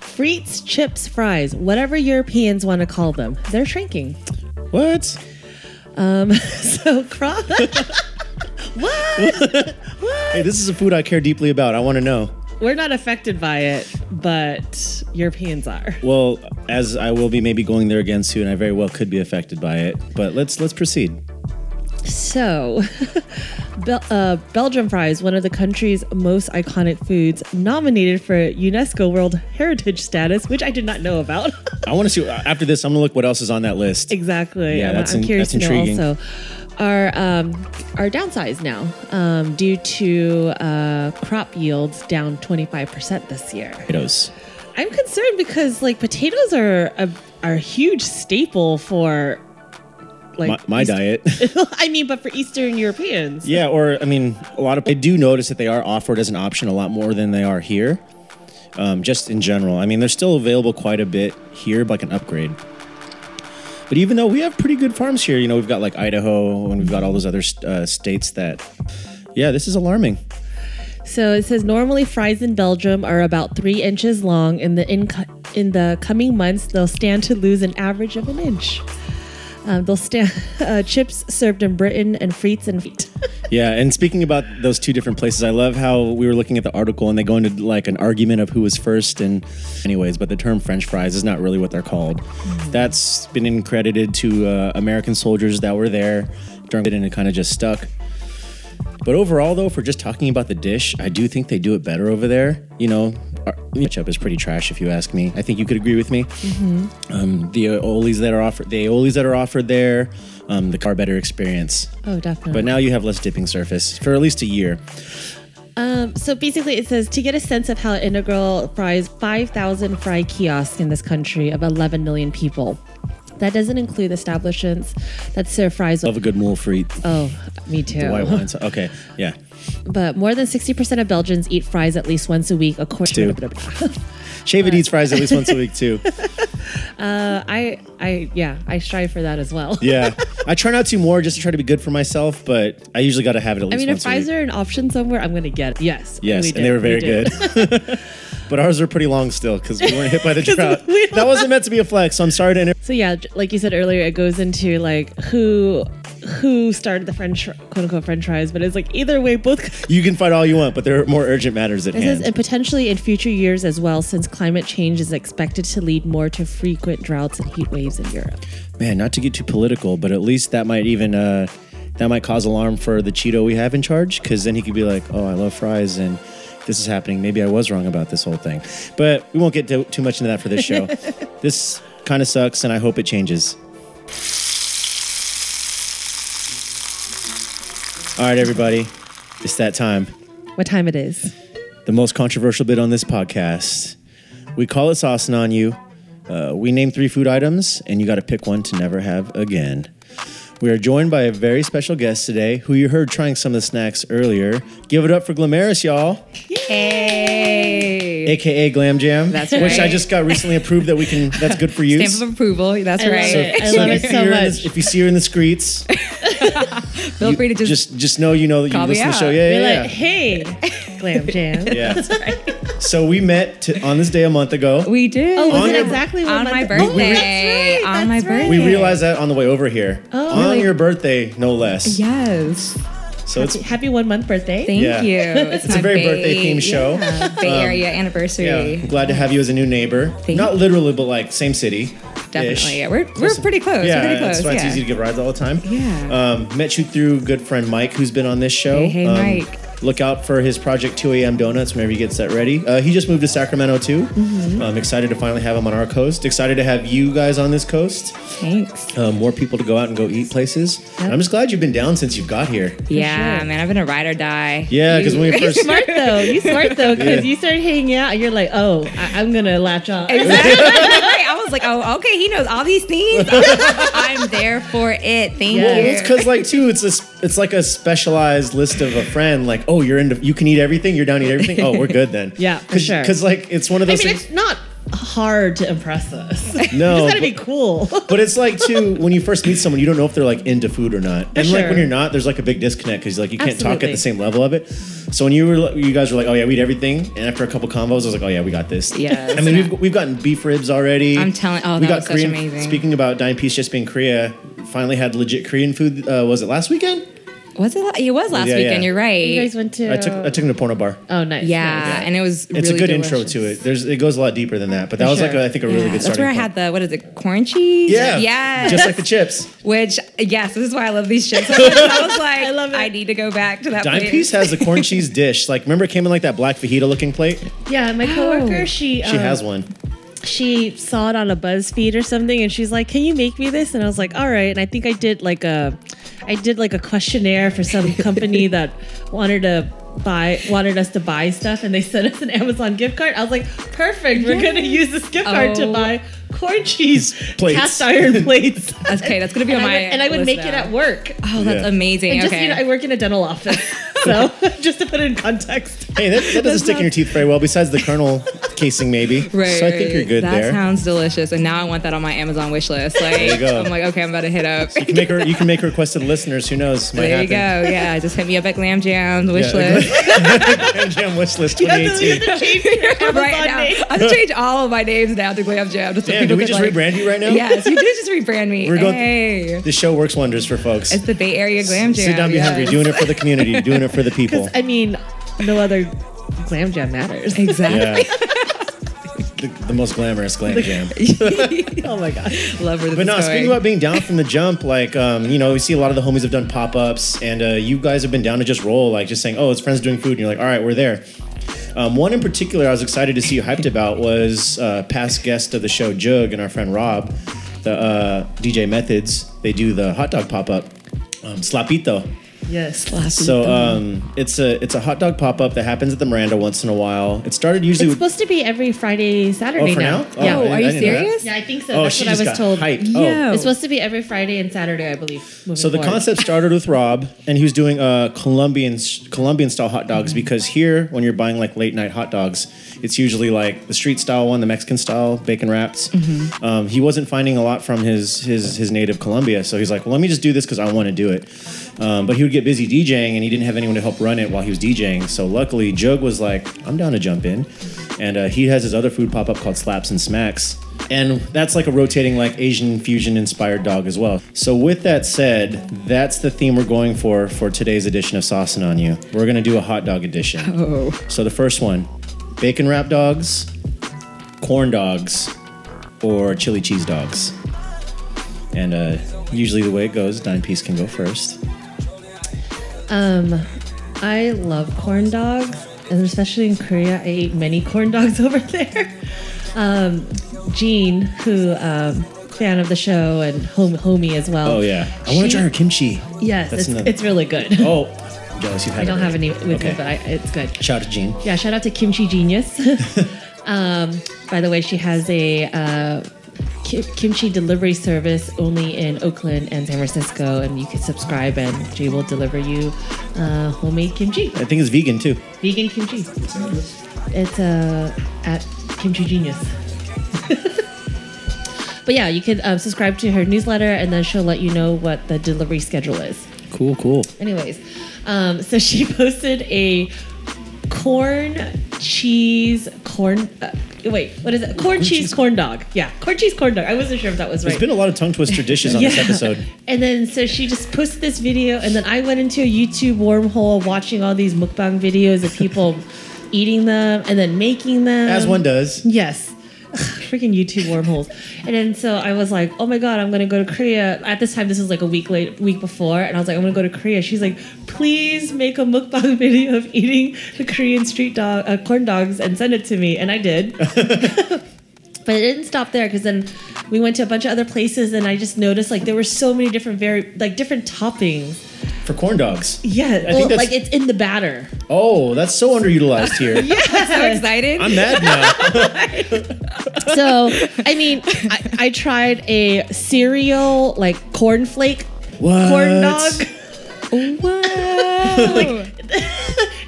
B: Frites, chips, fries, whatever Europeans want to call them, they're shrinking. Um,
A: What?
B: So crop. what?
A: Hey, this is a food I care deeply about. I want to know.
B: We're not affected by it, but Europeans are.
A: Well, as I will be maybe going there again soon, I very well could be affected by it. But let's let's proceed.
B: So, Bel- uh, Belgium fry is one of the country's most iconic foods, nominated for UNESCO World Heritage status, which I did not know about.
A: I want to see uh, after this. I'm gonna look what else is on that list.
B: Exactly.
A: Yeah,
B: I'm,
A: that's
B: I'm
A: in-
B: curious
A: that's
B: to know
A: intriguing.
B: also. Are um, are downsized now um, due to uh, crop yields down 25% this year.
A: Potatoes.
B: I'm concerned because like potatoes are a, are a huge staple for like
A: My, my
B: East-
A: diet.
B: I mean, but for Eastern Europeans.
A: yeah, or I mean, a lot of I do notice that they are offered as an option a lot more than they are here. Um, just in general, I mean, they're still available quite a bit here, like an upgrade. But even though we have pretty good farms here, you know, we've got like Idaho and we've got all those other uh, states that, yeah, this is alarming.
B: So it says normally fries in Belgium are about three inches long. In the in, in the coming months, they'll stand to lose an average of an inch. Um, they'll stand uh, chips served in Britain and frites and feet.
A: Yeah, and speaking about those two different places, I love how we were looking at the article and they go into like an argument of who was first and anyways, but the term french fries is not really what they're called. That's been credited to uh, American soldiers that were there during it and it kind of just stuck. But overall though, for just talking about the dish, I do think they do it better over there. You know, our ketchup is pretty trash if you ask me. I think you could agree with me um, the aiolis that are offered, the aiolis that are offered there, um, the car better experience.
B: Oh, definitely.
A: But now you have less dipping surface for at least a year.
B: Um, so basically, it says to get a sense of how integral fries 5,000 fry kiosks in this country of 11 million people. That doesn't include establishments that serve fries.
A: Love a good mole frite,
B: Oh, me too.
A: white wine. So, okay, yeah.
B: But more than 60% of Belgians eat fries at least once a week, according
A: Two.
B: to.
A: Shave it eats fries at least once a week too.
B: I, I, yeah, I strive for that as well.
A: Yeah, I try not to more just to try to be good for myself, but I usually got to have it at
B: I
A: least.
B: mean, if
A: once a
B: fries
A: week.
B: are an option somewhere, I'm going to get it. Yes.
A: Yes,
B: we
A: and
B: did,
A: they were
B: we
A: very
B: did.
A: good. but ours are pretty long still because we weren't hit by the
B: 'Cause
A: drought.
B: we-
A: that wasn't meant to be a flex, so I'm sorry to. Inter-
B: So yeah, j- like you said earlier, it goes into like who who started the French quote unquote French fries, but it's like either way, both.
A: you can fight all you want, but there are more urgent matters at
B: It
A: hand.
B: says, and potentially in future years as well, since climate change is expected to lead more to frequent droughts and heat waves in Europe.
A: Man, not to get too political, but at least that might even uh, that might cause alarm for the Cheeto we have in charge, because then he could be like, "Oh, I love fries, and this is happening. Maybe I was wrong about this whole thing." But we won't get to, too much into that for this show. this kind of sucks, and I hope it changes. All right, everybody, it's that time.
B: What time it is?
A: The most controversial bit on this podcast. We call it saucing on you. Uh, we name three food items, and you got to pick one to never have again. We are joined by a very special guest today, who you heard trying some of the snacks earlier. Give it up for Glamaris, y'all,
D: Hey.
A: aka Glam Jam.
D: That's
A: Which I
D: right.
A: just got recently approved that we can. That's good for use.
D: Stamp of approval. That's
B: I love
D: right.
B: it. I love
A: if
B: it
A: you
B: so
A: hear her in
B: much.
A: the- if you see her in the streets,
D: Feel free to just,
A: just just know you know that you
D: Call me
A: listen to the
D: out.
A: show. Yeah,
B: You're
A: yeah,
B: like,
A: yeah.
B: hey, glam jam.
A: yeah. So we met to, on this day a month ago.
D: we did.
B: Oh, was
A: On
B: it
A: your-
B: exactly one
D: on
B: month-
D: my
B: Oh, that's
D: birthday.
B: right,
D: On my
B: that's right.
D: birthday.
A: We realized that on the way over here.
B: Oh.
A: on
B: Really?
A: your birthday, no less.
D: Yes.
A: So it's
B: Happy one month birthday.
D: Thank
A: Yeah.
D: you. It's,
A: a
D: my
A: very
D: Bay-
A: birthday-themed show. Um,
D: yeah, Bay Area anniversary.
A: yeah, I'm glad to have you as a new neighbor.
D: Thank
A: Not literally, but like same city.
D: Definitely. Yeah, we're, we're pretty close.
A: Yeah,
D: we're pretty
A: that's
D: close.
A: why
D: yeah.
A: it's easy to get rides all the time.
D: Yeah.
A: Um, met you through good friend Mike, who's been on this show.
D: Hey, hey,
A: Um,
D: Mike.
A: Look out for his project 2 a.m. Donuts whenever he gets that ready. Uh, he just moved to Sacramento too.
D: Mm-hmm.
A: I'm excited to finally have him on our coast. Excited to have you guys on this coast.
D: Thanks.
A: Um, more people to go out and go eat places. And I'm just glad you've been down since you've got here.
D: Yeah, man, I've been a ride or die.
A: Yeah, because when we first
B: Smart though, you smart though, because
A: Yeah.
B: you started hanging out and you're like, oh, I- I'm gonna latch on.
D: Exactly. Right. I was like, oh, okay, he knows all these things. I'm there for it. Thank
B: Well,
D: you.
A: Well, it's because like too, it's a s- it's like a specialized list of a friend. Like, oh, you're into you can eat everything. You're down to eat everything. Oh, we're good then.
B: Yeah, for
A: because
B: sure.
A: like it's one of
B: I
A: those
B: mean,
A: things.
B: it's not hard to impress us. you
A: no,
B: gotta
A: but,
B: be cool.
A: but it's like too when you first meet someone, you don't know if they're like into food or not. And like
B: sure.
A: when you're not, there's like a big disconnect because like you can't talk at
B: Absolutely.
A: the same level of it. So when you were li- you guys were like, oh yeah, we eat everything. And after a couple combos, I was like, oh yeah, we got this.
D: Yes.
A: I mean, we've, we've gotten beef ribs already.
D: I'm telling- oh,
A: we
D: that
A: got
D: was such
A: Korean.
D: amazing.
A: Speaking about dine piece just being Korea, finally had legit Korean food. Uh, was it last weekend?
D: Was it? la- It was last
A: Yeah, yeah.
D: weekend. You're right.
B: You guys went to.
A: I took I took him to Porno Bar.
B: oh, nice.
D: yeah,
B: nice.
D: and it was.
A: It's
D: really
A: a good
D: delicious.
A: intro to it. There's it goes a lot deeper than that, but that was like
D: Sure.
A: a, I think a really
D: Yeah,
A: good.
D: That's
A: starting
D: where I
A: point.
D: had the what is it? Corn cheese.
A: Yeah.
D: Yeah.
A: Just like the chips.
D: Which yes, this is why I love these chips. I was like, I,
B: love it.
D: need to go back to that.
A: Dime
D: place.
A: Piece has the corn cheese dish. Like, remember it came in like that black fajita looking plate? She
B: Yeah,
D: Oh.
B: my coworker, she
D: Uh,
B: um,
A: has one.
B: She saw it on a BuzzFeed or something, and she's like, "Can you make me this?" And I was like, "All right." And I think I did like a, I did like a questionnaire for some company that wanted to buy wanted us to buy stuff, and they sent us an Amazon gift card. I was like, "Perfect, we're gonna use this gift card to
D: Oh.
B: buy corn cheese
A: Plates.
B: cast iron plates."
D: Okay, that's gonna be
B: and,
D: on
B: I
D: my.
B: would, and I would
D: list
B: make it
D: now.
B: at work.
D: Oh, that's
A: Yeah.
D: amazing.
B: And
D: okay.
B: just you know, I work in a dental office, so just to put it in context.
A: Hey, that, that doesn't
B: That's
A: stick in
B: not-
A: your teeth very well, besides the kernel casing, maybe.
D: Right,
A: So I think
D: right.
A: you're good
D: that
A: there.
D: sounds delicious, and now I want that on my Amazon wish list. Like,
A: you go.
D: I'm like, okay, I'm about to hit up.
A: you, can make her, you can make a request to the listeners. Who knows? Might
D: there you
A: happen.
D: go. Yeah, just hit me up at Glam Jams wish
A: Yeah.
D: list
A: Grand Jam wish list
B: That's the
A: 2018.
B: change your Amazon
D: right now.
B: name.
D: I'm gonna change all of my names now to Glam Jam. Just so
A: Damn,
D: people
A: did we
D: could,
A: just
D: like-
A: rebrand you right now?
D: Yes, you did just rebrand me.
A: We're going-
D: hey,
A: This show works wonders for folks.
D: it's the Bay Area Glam Jam.
A: Sit down, be
D: yes.
A: hungry. Doing it for the community. Doing it for the people.
B: I mean, no other glam jam matters.
D: Exactly.
A: Yeah. the, the most glamorous glam jam.
B: oh my god.
D: Love where this
A: But
D: is
A: no,
D: going.
A: speaking about being down from the jump, like um, you know, we see a lot of the homies have done pop ups, and uh, you guys have been down to just roll, like just saying, "Oh, it's friends doing food," and you're like, "All right, we're there." Um, one in particular, I was excited to see you hyped about was uh, past guest of the show Jug and our friend Rob, the uh, DJ Methods. They do the hot dog pop up, um, Slapito.
B: Yes.
A: So um, it's a it's a hot dog pop up that happens at the Miranda once in a while. It started usually
B: It's
A: with
B: supposed to be every Friday, Saturday
A: oh for now.
B: now.
A: Oh,
B: Yeah.
A: I-
D: are
A: I
D: you
A: didn't know that.
D: serious?
B: yeah, I think so.
A: Oh,
B: That's
A: she
B: what I
A: just
B: was
A: got
B: told.
A: hyped.
D: Yeah.
A: Oh,
B: It's supposed to be every Friday and Saturday, I believe. moving
A: So the
B: forward.
A: concept started with Rob, and he was doing uh, Colombian Colombian style hot dogs because here, when you're buying like late night hot dogs, it's usually like the street style one, the Mexican style, bacon wraps. Um, he wasn't finding a lot from his his his native Colombia, so he's like, well, let me just do this because I want to do it. Um, but he would get busy DJing, and he didn't have anyone to help run it while he was DJing. So luckily, Jug was like, I'm down to jump in, and uh, he has his other food pop up called Slaps and Smacks and that's like a rotating like asian fusion inspired dog as well so with that said that's the theme we're going for for today's edition of saucing on you we're going to do a hot dog edition so the first one bacon wrap dogs corn dogs or chili cheese dogs and uh, usually the way it goes nine piece can go first
B: Um, I love corn dogs, and especially in Korea, I ate many corn dogs over there. Um, Jean, who um, fan of the show and home, homie as well.
A: oh yeah i want to
B: She-
A: try her kimchi
B: Yes,
A: That's
B: it's,
A: another-
B: it's really good.
A: oh I'm jealous you've had
B: I don't
A: it
B: have any
A: already.
B: with me, but I, it's good.
A: shout out to gene
B: Yeah, shout out to Kimchi Genius. um, by the way, she has a uh, ki- kimchi delivery service only in Oakland and San Francisco, and you can subscribe, and she will deliver you uh, homemade kimchi,
A: i think it's vegan too
B: vegan kimchi. It's uh, at Kimchi Genius. but yeah, you can um, subscribe to her newsletter, and then she'll let you know what the delivery schedule is.
A: cool cool
B: Anyways, um, so she posted a corn cheese corn. Uh, wait, what is it? Corn cheese, corn dog. Yeah, corn cheese corn dog. I wasn't sure if that was right.
A: there's been a lot of tongue twister dishes on this episode
B: And then so she just posted this video, and then I went into a YouTube wormhole watching all these mukbang videos of people eating them and then making them.
A: as one does
B: Yes. Freaking YouTube wormholes. And then so I was like, oh my God, I'm going to go to Korea. At this time, this was like a week late, week before. And I was like, I'm going to go to Korea. She's like, please make a mukbang video of eating the Korean street dog, uh, corn dogs and send it to me. And I did. But it didn't stop there because then we went to a bunch of other places and I just noticed like there were so many different, very, like different toppings.
A: for corn dogs.
B: Yeah.
A: think
B: well,
A: that's-
B: like it's in the batter.
A: Oh, that's so underutilized here.
D: so excited.
A: I'm mad now.
B: So, I mean, I, I tried a cereal like cornflake
A: What?
B: corn dog.
D: Whoa.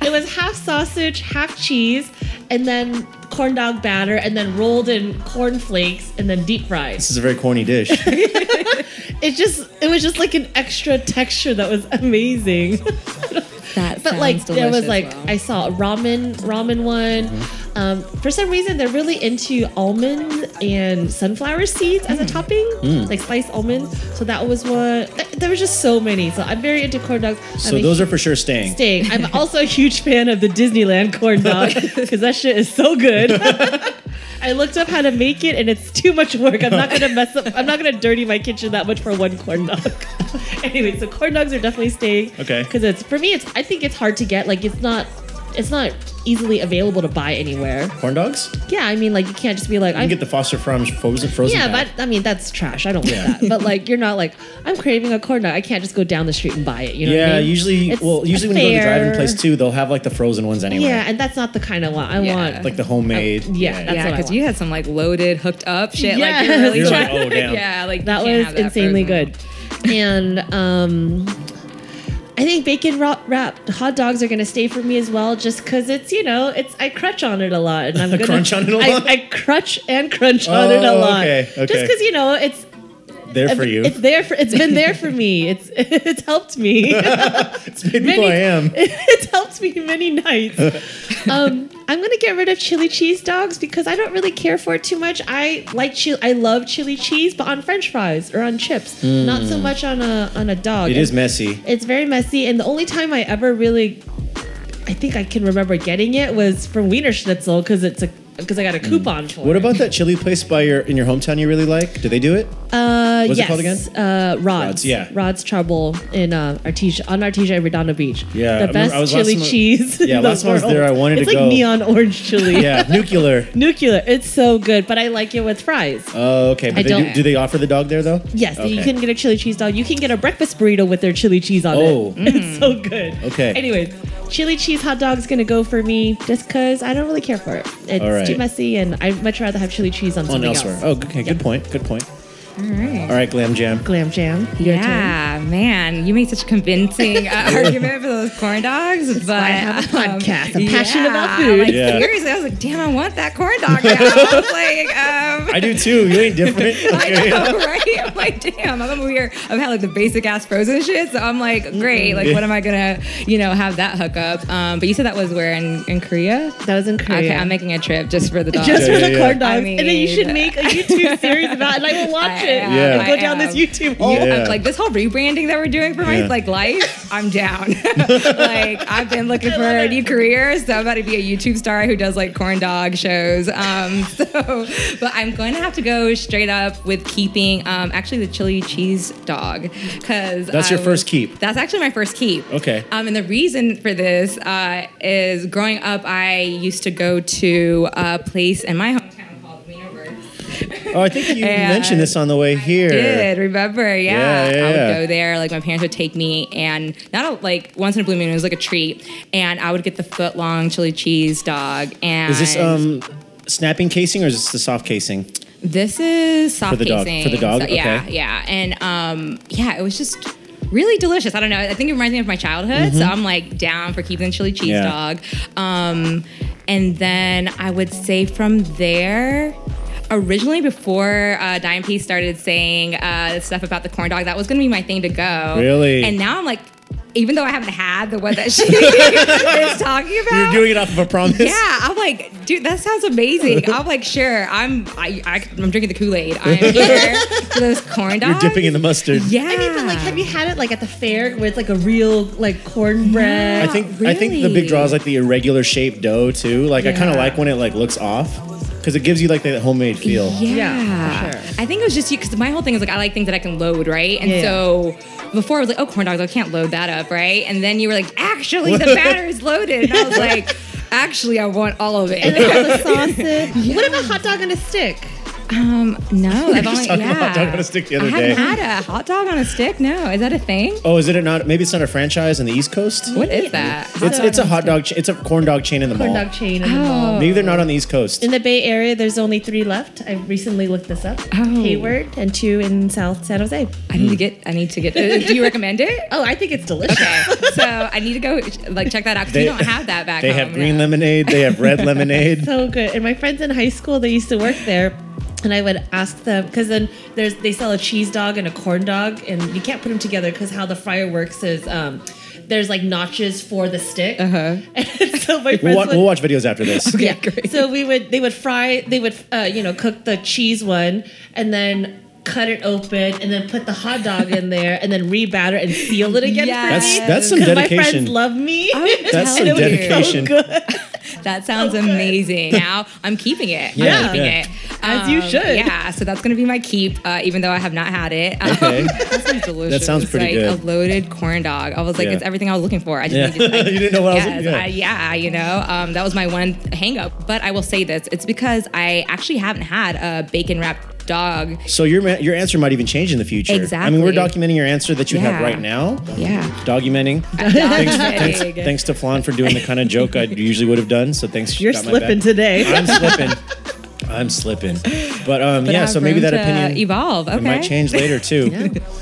B: It was half sausage, half cheese, and then corn dog batter, and then rolled in corn flakes, and then deep fried.
A: This is a very corny dish.
B: It just, it was just like an extra texture that was amazing.
D: That
B: but like
D: sounds
B: there was
D: delicious,
B: like
D: wow.
B: I saw a ramen ramen one.
A: Mm-hmm.
B: Um, for some reason, they're really into almond and sunflower seeds
D: Mm.
B: as a topping,
A: Mm.
B: like sliced almonds. So that was one. Th- There was just so many. So I'm very into corn dogs. I'm
A: So
B: a
A: those
B: hu-
A: are for sure staying.
B: staying. I'm also a huge fan of the Disneyland corn dog because that shit is so good. I looked up how to make it, and it's too much work. I'm not gonna mess up. I'm not gonna dirty my kitchen that much for one corn dog. anyway, so corn dogs are definitely staying.
A: Okay.
B: Because it's for me, it's I think it's hard to get. Like it's not, it's not easily available to buy anywhere.
A: Corn dogs? You
B: Yeah, I mean, like you can't just be like, I
A: can get the Foster Farms frozen. frozen
B: yeah,
A: bag.
B: but I mean that's trash. I don't want that. But like you're not like I'm craving a corn dog. I can't just go down the street and buy it. You know? what
A: yeah.
B: I mean?
A: Usually,
B: It's
A: well, usually when you go to the
B: fair.
A: driving place too, they'll have like the frozen ones anyway.
B: Yeah, and that's not the kind I want. I
D: Yeah.
B: want
A: like the homemade.
B: yeah, that's
D: yeah,
B: what I
D: because you
B: want.
D: had some like loaded, hooked up shit. Like
B: Yes.
D: you're really
A: You're like,
D: trying-
A: oh, damn.
D: Yeah, like you
B: that
D: can't
B: was
D: have
B: insanely
D: frozen.
B: good. And um, I think bacon wrap, wrapped hot dogs are gonna stay for me as well, just because it's you know it's I crunch on it a lot, and I'm gonna
A: Crunch on it a
B: I-
A: lot?
B: I, crunch and crunch on
A: Oh,
B: it a lot,
A: okay,
B: just
A: okay.
B: because you know it's
A: there for you.
B: It's there for it's been there for me. It's it's helped me.
A: It's made people I am.
B: it's helped me many nights. um, I'm gonna get rid of chili cheese dogs because I don't really care for it too much. I like chili. I love chili cheese, but on French fries or on chips, not so much on a on a dog.
A: Hmm. It is messy.
B: It's very messy, and the only time I ever really, I think I can remember getting it was from Wiener Schnitzel because it's a because I got a coupon for
A: Hmm. What
B: it.
A: about that chili place by your in your hometown you really like? Do they do it?
B: Uh,
A: What's it
B: yes.
A: called
B: Uh, Rods.
A: Rods, yeah.
B: Rods Trouble in uh, Artesia, on Artesia Redondo Beach.
A: Yeah, I
B: The
A: remember-
B: best
A: I was last
B: chili
A: time I-
B: cheese. in
A: Yeah,
B: the
A: last time I was
B: world.
A: there, I wanted
B: it's
A: to
B: like
A: go.
B: neon orange chili.
A: Yeah, nuclear.
B: Nuclear. It's so good, but I like it with fries.
A: Oh, okay. But
B: I
A: they
B: don't-
A: do, do they offer the dog there though?
B: yes, you
A: okay.
B: can get a chili cheese dog. You can get a breakfast burrito with their chili cheese on
A: Oh.
B: it. It's so good.
A: Okay.
B: Anyway, chili cheese hot dog's gonna go for me just because I don't really care for it. It's
A: All right.
B: too messy, and I'd much rather have chili cheese on
A: On
B: something
A: elsewhere.
B: else.
A: Oh, okay. Good point. Good point. All right, glam jam.
B: Glam jam. Your turn.
D: Yeah, man, you make such a convincing uh, argument for those corn dogs. But
B: why I have a
D: um,
B: podcast. I'm passionate about
D: yeah,
B: food.
D: Like,
A: Yeah.
D: Seriously, I was like, damn, I want that corn dog. Now. I was like, um,
A: I do too. You ain't different.
D: I know, right? I'm like, damn, I'm over here. I've had like the basic ass frozen shit. So I'm like, great. Like, what am I gonna, you know, have that hookup? Um, but you said that was where in, in Korea?
B: That was in Korea.
D: Okay, I'm making a trip just for the dog.
B: just
A: Yeah,
B: for the
A: yeah, yeah.
B: corn dogs,
D: I
B: and then you should
D: mean-
B: make a YouTube series about it, and I will watch
D: I
B: it
D: am,
A: Yeah.
B: and go
D: I
B: down
D: am.
B: this YouTube
D: Oh,
B: hole.
A: Yeah.
D: I'm- like this whole rebranding that we're doing for my
A: Yeah.
D: like life, I'm down. like I've been looking for a new career, so I'm about to be a YouTube star who does like corn dog shows. Um, so, but I'm going to have to go straight up with keeping um, actually the chili cheese dog because
A: That's your first keep.
D: That's actually my first keep.
A: Okay.
D: Um, and the reason for this uh, is growing up, I used to go to a place in my hometown called Wienerwurst.
A: Oh, I think you
D: Yeah.
A: mentioned this on the way here.
D: did remember yeah,
A: Yeah, yeah,
D: i would
A: yeah.
D: go there like my parents would take me and not a, like once in a blue moon it was like a treat and i would get the foot long chili cheese dog and
A: Is this um snapping casing or is this the soft casing?
D: this is soft
A: the dog-
D: casing
A: for the dog?
D: So, yeah
A: Okay.
D: yeah and um yeah it was just really delicious i don't know i think it reminds me of my childhood so i'm like down for keeping the chili cheese
A: Mm-hmm. Yeah.
D: dog um and then i would say from there Originally, before uh, Dime P started saying uh, stuff about the corn dog, that was going to be my thing to go.
A: Really?
D: And now I'm like, even though I haven't had the one that she is talking about,
A: You're doing it off of a promise.
D: yeah, I'm like, dude, that sounds amazing. I'm like, sure, I'm I, I I'm drinking the Kool Aid. I'm here for those corn
A: You're
D: dogs.
A: dipping in the mustard.
D: Yeah,
B: I mean, but like, have you had it like at the fair where it's like a real like cornbread?
A: I think I think the big
D: really?
A: draw is like the irregular shaped dough too. Like I kind of
D: Yeah.
A: like when it like looks off because it gives you like that homemade feel.
D: Yeah,
B: Yeah, for sure.
D: I think it was just you because my whole thing is like I like things that I can load, right? And
B: Yeah.
D: so before I was like, oh, corn dogs, I can't load that up, right? And then you were like, actually, the batter is loaded, and I was like, actually, I want all of
B: And it
D: it.
B: has a sausage. What about hot dog on a stick?
D: Um, no, I've only
A: talking
D: yeah.
A: about hot dog on a stick the other
D: I haven't
A: day.
D: had a hot dog on a stick. No, is that a thing?
A: Oh, is it not? Maybe it's not a franchise on the East Coast.
D: What is that?
A: It's it's a hot dog. Cha- it's a corn dog chain in the
B: Corn
A: mall.
B: dog chain in the mall.
A: Maybe they're not on the East Coast.
B: Oh. In the Bay Area, there's only three left. I recently looked this up.
D: Oh.
B: Hayward and two in South San Jose.
D: I need to get. I need to get. uh, do you recommend it?
B: Oh, I think it's delicious.
D: so I need to go like check that out because we don't have that back
A: They
D: home.
A: have green
D: yeah.
A: lemonade. They have red lemonade.
B: so good. And my friends in high school, they used to work there. And I would ask them because then there's they sell a cheese dog and a corn dog, and you can't put them together because how the fryer works is um, there's like notches for the stick. Uh-huh. And so my
A: We'll,
B: friends
A: wa-
B: would-
A: we'll watch videos after this.
D: Okay, great.
B: So we would they would fry they would uh, you know cook the cheese one and then cut it open and then put the hot dog in there and then rebatter and seal it again.
D: Yes.
B: For me.
A: That's- that's some
B: 'Cause My
A: dedication.
B: friends love me.
D: would
A: That's some
D: Tell you.
A: dedication.
D: That sounds amazing. now I'm keeping it. Yeah.
A: Yeah.
D: I'm keeping
A: Yeah.
D: it. Um,
B: As you should.
D: Yeah. So that's gonna be my keep, uh, even though I have not had it. Um,
A: Okay.
D: that sounds delicious.
A: sounds
D: It's
A: pretty
D: like
A: good.
D: A loaded corn dog. I was like,
A: Yeah.
D: it's everything I was looking for. I just
A: Yeah.
D: needed. Like,
A: You didn't know what I was
D: yes,
A: looking- yeah.
D: I- yeah, you know, um, that was my one hang up. But I will say this: it's because I actually haven't had a bacon wrapped dog.
A: So your ma- your answer might even change in the future. I mean, we're
D: Exactly.
A: documenting your answer that you have
D: Yeah.
A: right now.
D: Yeah.
A: Documenting.
D: Thanks,
A: Thanks, thanks to Flan for doing the kind of joke I usually would have done. So thanks. she
B: You're
A: got my
B: slipping
A: back.
B: today.
A: I'm slipping. I'm slipping. But um, yeah.
D: have
A: So maybe
D: room
A: that
D: to
A: opinion
D: evolve.
A: It might
D: uh, Okay.
A: change later too.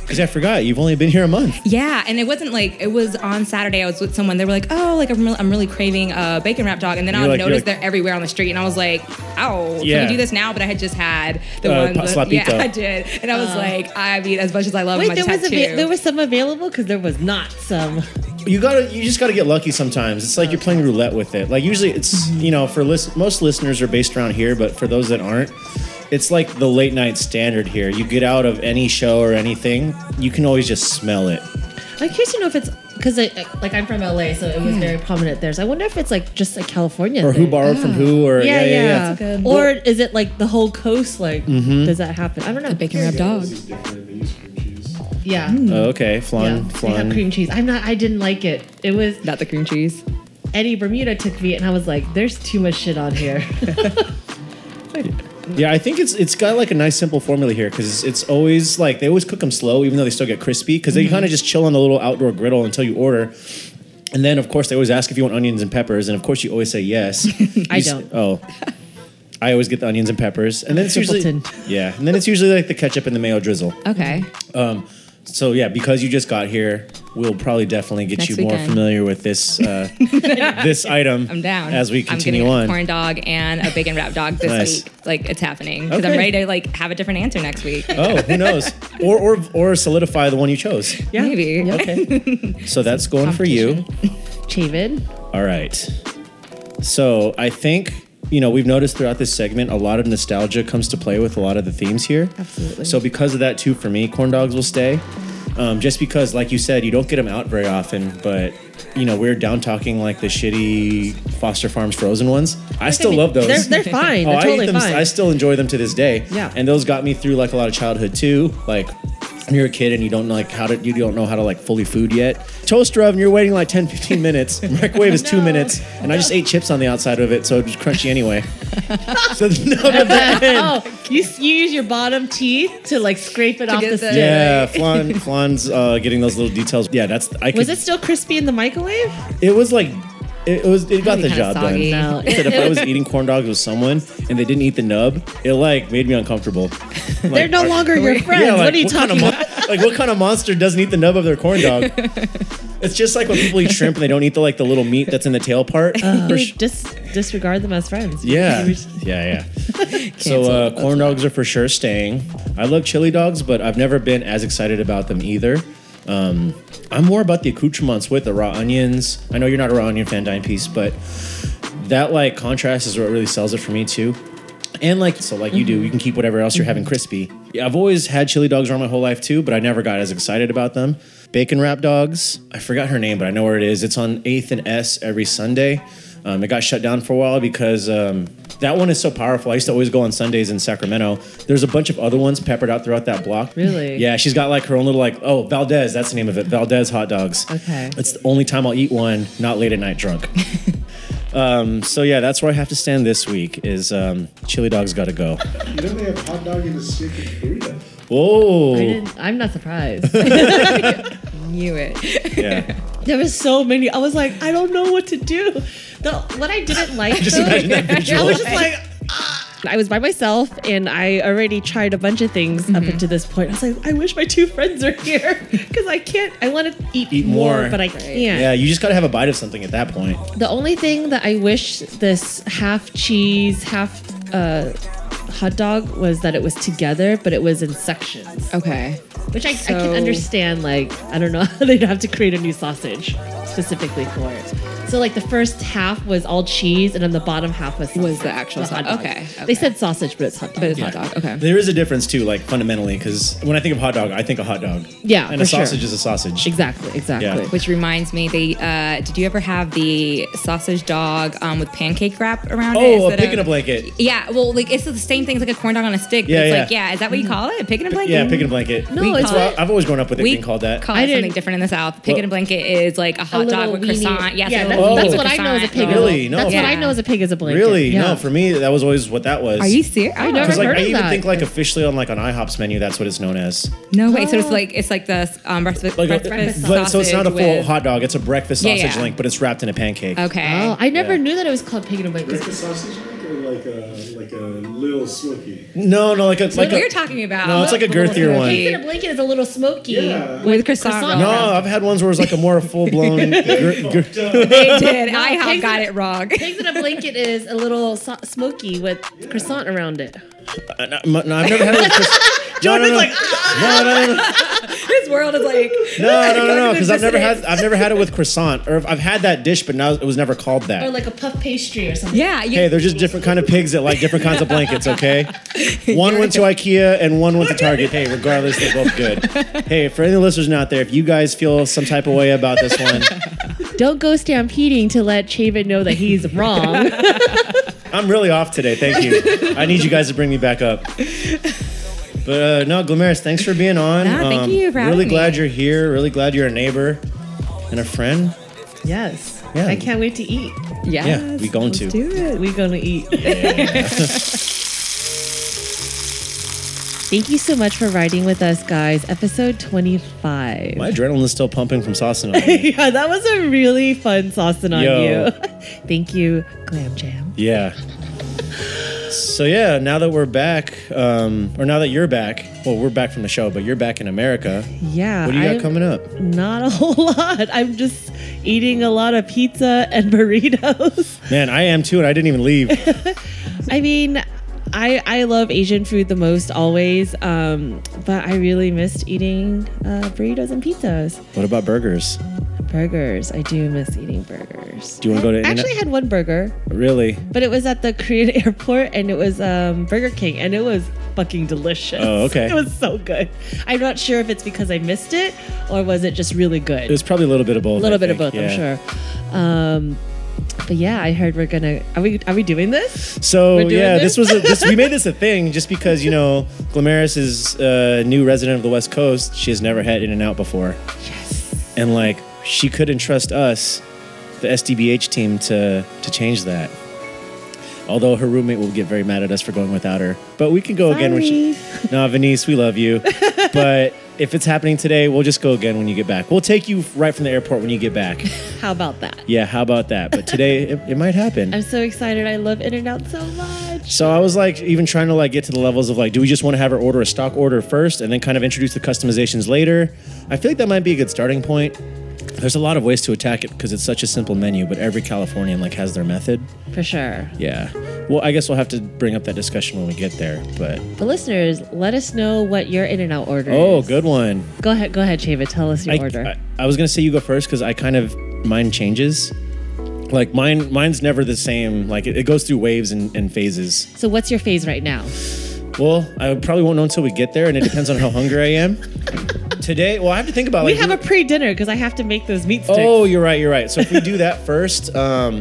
A: Because I forgot you've only been here a month.
D: Yeah, and it wasn't like it was on Saturday. I was with someone. They were like, "Oh, like I'm really, I'm really craving a bacon wrap dog," and then I
A: You're like- you're
D: noticed
A: like-
D: they're everywhere on the street, and I was like, "Oh,
A: Yeah.
D: can we do this now?" But I had just had the
A: Uh,
D: one.
A: pa-
D: with- yeah,
A: slapito.
D: I did, and I was like, "I mean, as much as I love them,
B: Wait,
D: I
B: there
D: just
B: was
D: had two.
B: ava- there was some available because there was not some.
A: You gotta. You just gotta get lucky sometimes. It's like you're playing roulette with it. Like usually, it's you know for list, most listeners are based around here, but for those that aren't. It's like the late night standard here. You get out of any show or anything, you can always just smell it.
B: I'm curious to know if it's because like I'm from LA, so it
D: Hmm.
B: was very prominent there. So I wonder if it's like just a California
A: Or
B: thing.
A: who borrowed from who, or
B: Yeah, yeah.
D: That's a good-
B: Or is it like the whole coast? Like,
A: Mm-hmm.
B: does that happen? I don't know.
D: a bacon wrapped dog.
E: This is different. They use cream cheese.
B: Yeah.
A: Oh, okay, flan,
B: Hmm. Yeah, they
A: flan.
B: have cream cheese. I'm not. I didn't like it. It was
D: Not the cream cheese.
B: Eddie Bermuda took me, and I was like, "There's too much shit on here."
A: Yeah, I think it's it's got like a nice simple formula here because it's, it's always like they always cook them slow, even though they still get crispy because
D: Mm-hmm.
A: they kind of just chill on the little outdoor griddle until you order. And then, of course, they always ask if you want onions and peppers, and of course, you always say yes.
B: I
A: You s-
B: don't.
A: Oh, I always get the onions and peppers, and then it's usually
B: Simpleton.
A: yeah, and then it's usually like the ketchup and the mayo drizzle.
D: Okay.
A: So yeah, because you just got here, we'll probably definitely get
D: Next
A: you more
D: weekend.
A: familiar with this uh, this item.
D: I'm down.
A: as we continue
D: I'm getting
A: on.
D: a corn dog and a bacon wrap dog this
A: Nice.
D: week. Like it's happening because
A: Okay.
D: I'm ready to like have a different answer next week.
A: Oh, who knows? or or or solidify the one you chose.
B: Yeah.
D: Maybe.
A: Okay. So that's going for you.
B: Chavin.
A: All right. So I think, you know, we've noticed throughout this segment a lot of nostalgia comes to play with a lot of the themes here.
B: Absolutely.
A: So because of that, too, for me, corn dogs will stay. Um, just because, like you said, you don't get them out very often, but. You know, we're down talking like the shitty Foster Farms frozen ones. I still love those.
B: They're, they're fine.
A: Oh,
B: they're
A: I
B: totally
A: eat them.
B: fine.
A: I still enjoy them to this day.
B: Yeah.
A: And those got me through like a lot of childhood too. Like when you're a kid and you don't like how to you don't know how to like fully food yet. Toaster oven, you're waiting like 10, 15 minutes. Microwave is two
B: No.
A: minutes, and I just ate chips on the outside of it, so it was crunchy anyway. so none of that.
B: oh, you, s- you use your bottom teeth to like scrape it off
D: get
B: the
D: the-
B: stick.
A: Yeah, Flan, Flan's uh, getting those little details. Yeah, that's I. Could,
B: Was it still crispy in the microwave?
A: It was like. It, it was. It got the
D: kinda
A: job
D: soggy.
A: done.
B: No.
A: Said if I was eating corn dogs with someone and they didn't eat the nub, it like made me uncomfortable.
B: They're no longer your friends.
A: like,
B: what are you
A: kind
B: talking
A: of mon-
B: about?
A: like what kind of monster doesn't eat the nub of their corn dog? it's just like when people eat shrimp and they don't eat the like the little meat that's in the tail part. For sh-
B: Oh, You dis- disregard them as friends.
A: yeah, yeah, yeah. so uh, corn dogs are for sure staying. I love chili dogs, but I've never been as excited about them either. Um, I'm more about the accoutrements with the raw onions. I know you're not a raw onion fan, dime piece, but that like contrast is what really sells it for me too. And like so, like you do, you can keep whatever else you're having crispy. Yeah, I've always had chili dogs around my whole life too, but I never got as excited about them. Bacon wrap dogs. I forgot her name, but I know where it is. It's on Eighth and S every Sunday. Um, it got shut down for a while because um, that one is so powerful. I used to always go on Sundays in Sacramento. There's a bunch of other ones peppered out throughout that block.
B: Really?
A: Yeah, she's got like her own little like oh Valdez. That's the name of it. Valdez hot dogs.
B: Okay.
A: It's the only time I'll eat one, not late at night drunk. um, so yeah, that's where I have to stand this week. Is um, chili dogs got to go?
E: You know they have hot dog in a stick in Korea.
A: Whoa.
B: I didn't, I'm not surprised.
D: Knew it.
A: Yeah.
B: There was so many. I was like, I don't know what to do. The what I didn't like.
A: Just
B: though,
A: imagine that
B: I
A: visual.
B: was just like. "Ah." I was by myself and I already tried a bunch of things
A: Mm-hmm.
B: up until this point. I was like, I wish my two friends are here because I can't, I want to eat,
A: Eat
B: more,
A: more.
B: but I
A: Right.
B: can't.
A: Yeah, you just got to have a bite of something at that point.
B: The only thing that I wish this half cheese, half uh, hot dog was that it was together, but it was in sections,
D: Okay.
B: which I, I
D: So-
B: can understand. Like, I don't know how they'd have to create a new sausage specifically for it. So, like, the first half was all cheese, and then the bottom half was
D: Was
B: sausage,
D: the actual
B: hot
D: sau-
B: dog.
D: okay, okay.
B: They said sausage, but it's hot dog.
D: But it's hot dog. Okay.
A: There is a difference too, like fundamentally, because when I think of hot dog, I think of hot dog.
B: Yeah,
A: and a
B: for sure.
A: sausage is a sausage.
B: exactly, exactly.
A: Yeah.
D: Which reminds me, they uh, did you ever have the sausage dog um, with pancake wrap around it?
A: Oh, a
D: instead
A: pick and a
D: of-
A: blanket.
D: Yeah, well, like it's the same thing. It's like a corn dog on a stick. But
A: Yeah,
D: it's
A: yeah.
D: like, yeah, is that what you call it? A pick and a blanket?
A: Yeah, pick and a blanket.
B: No,
D: We
B: it's
D: call
B: what-
A: I've always grown up with it
D: we
A: being called that.
D: Call
B: I
D: it something
B: didn't-
D: different in the South. Pick and a blanket is like a hot dog
B: little
D: with
B: weenie-
D: croissant. Yes,
B: yeah,
D: a
B: that's,
D: little
B: that's
D: weenie
B: what I know as a pig.
D: croissant.
A: Really? No.
B: That's what I
D: Yeah.
B: know as a pig is a blanket.
A: really?
B: Yeah.
A: No, for me that was always what that was.
D: Are you serious?
B: I never
A: Because like
B: heard
A: I
B: of
A: even
B: that.
A: think like officially on like an IHOP's menu, that's what it's known as.
D: No way.
B: Oh.
D: So it's like it's like the um, breakfast,
A: Like, a-
D: breakfast
A: but- so it's not a
D: sausage
A: full
D: with-
A: hot dog. It's a breakfast
D: Yeah,
A: sausage
D: yeah.
A: link, but it's wrapped in a pancake.
D: Okay.
B: Oh, I never
A: Yeah.
B: knew that it was called pig in a blanket.
E: Breakfast sausage or like a like a little smoky.
A: No, no, like a like
D: what
A: a,
D: we're talking about.
A: No, it's like a girthier one.
B: Pig in a blanket is a little smoky.
E: Yeah.
D: with croissant.
B: croissant
D: roll.
A: No, oh, I've had ones where it's like a more full blown. gr- gr-
D: They did. I
B: pigs in
D: have got
B: a-
D: it wrong.
B: Pigs in a blanket is a little so- smoky with croissant around it.
A: Uh, no, no, I've never had it. No, no, no,
D: like,
A: no, no, no, no,
D: His world is like
A: no, no, no,
D: going
A: no,
D: to
A: because I've never had
D: dissonance.
A: I've never had it with croissant, or if- I've had that dish, but now it was never called
B: Or
A: that.
B: like a puff pastry or something.
D: Yeah, you,
A: Hey, they're just different kind of pigs that like different kinds of blankets. Okay, one went to IKEA and one went to Target. Hey, regardless, they're both good. Hey, for any listeners out there, if you guys feel some type of way about this one,
B: Don't go stampeding to let Chavin know that he's wrong.
A: I'm really off today. Thank you. I need you guys to bring me back up. But uh, no, Glomeris, thanks for being on. Um,
D: Nah, thank you for having
A: Really
D: me.
A: glad you're here. Really glad you're a neighbor and a friend.
B: yes.
A: Yeah.
B: I can't wait to eat.
D: yes,
A: yeah, we going
D: let's
A: to.
D: do it.
B: We're going to eat. Thank you so much for riding with us, guys. Episode 25.
A: My adrenaline's still pumping from saucing on me.
B: Yeah, that was a really fun saucing on
A: Yo.
B: you. Thank you, Glam Jam.
A: Yeah. So yeah, now that we're back, um, or now that you're back, well, we're back from the show, but you're back in America.
B: Yeah.
A: What do you got
B: I'm-
A: coming up?
B: Not a whole lot. I'm just eating a lot of pizza and burritos.
A: Man, I am too, and I didn't even leave.
B: I mean, I I love Asian food the most always, um, but I really missed eating uh, burritos and pizzas.
A: what about burgers?
B: Burgers, I do miss eating burgers.
A: Do you wanna go to In-N-Out?
B: I actually had one burger,
A: Really?
B: but it was at the Korean airport, and it was um, Burger King, and it was fucking delicious.
A: Oh, okay.
B: It was so good. I'm not sure if it's because I missed it or was it just really good.
A: It was probably a little bit of both.
B: a little bit of both, I'm sure. Um, but yeah, I heard we're gonna. Are we are we doing this?
A: So
B: We're doing
A: yeah, this,
B: this?
A: was a, this we made this a thing just because you know Glomeris is a new resident of the West Coast. She has never had In and Out before,
B: Yes.
A: and like she could entrust us, the SDBH team, to to change that. Although her roommate will get very mad at us for going without her, but we can go again when she. No, Venice, we love you, but if it's happening today, we'll just go again when you get back. We'll take you right from the airport when you get back.
B: How about that?
A: Yeah, how about that? But today it, it might happen.
B: I'm so excited. I love In and Out so much.
A: So I was like, even trying to like get to the levels of like, do we just want to have her order a stock order first, and then kind of introduce the customizations later? I feel like that might be a good starting point. There's a lot of ways to attack it because it's such a simple menu, but every Californian like has their method.
B: For sure.
A: Yeah. Well, I guess we'll have to bring up that discussion when we get there. But
B: But listeners, let us know what your In and Out order
A: oh,
B: is.
A: good one.
B: Go ahead, go ahead, Chava. Tell us your
A: I,
B: order.
A: I, I was gonna say you go first because I kind of mine changes. Like mine, mine's never the same. Like it, it goes through waves and, and phases.
B: so what's your phase right now?
A: Well, I probably won't know until we get there, and it depends on how hungry I am. Today, well, I have to think about
B: We
A: like.
B: have a pre-dinner because I have to make those meat sticks.
A: oh, you're right, you're right. So if we do that first, um,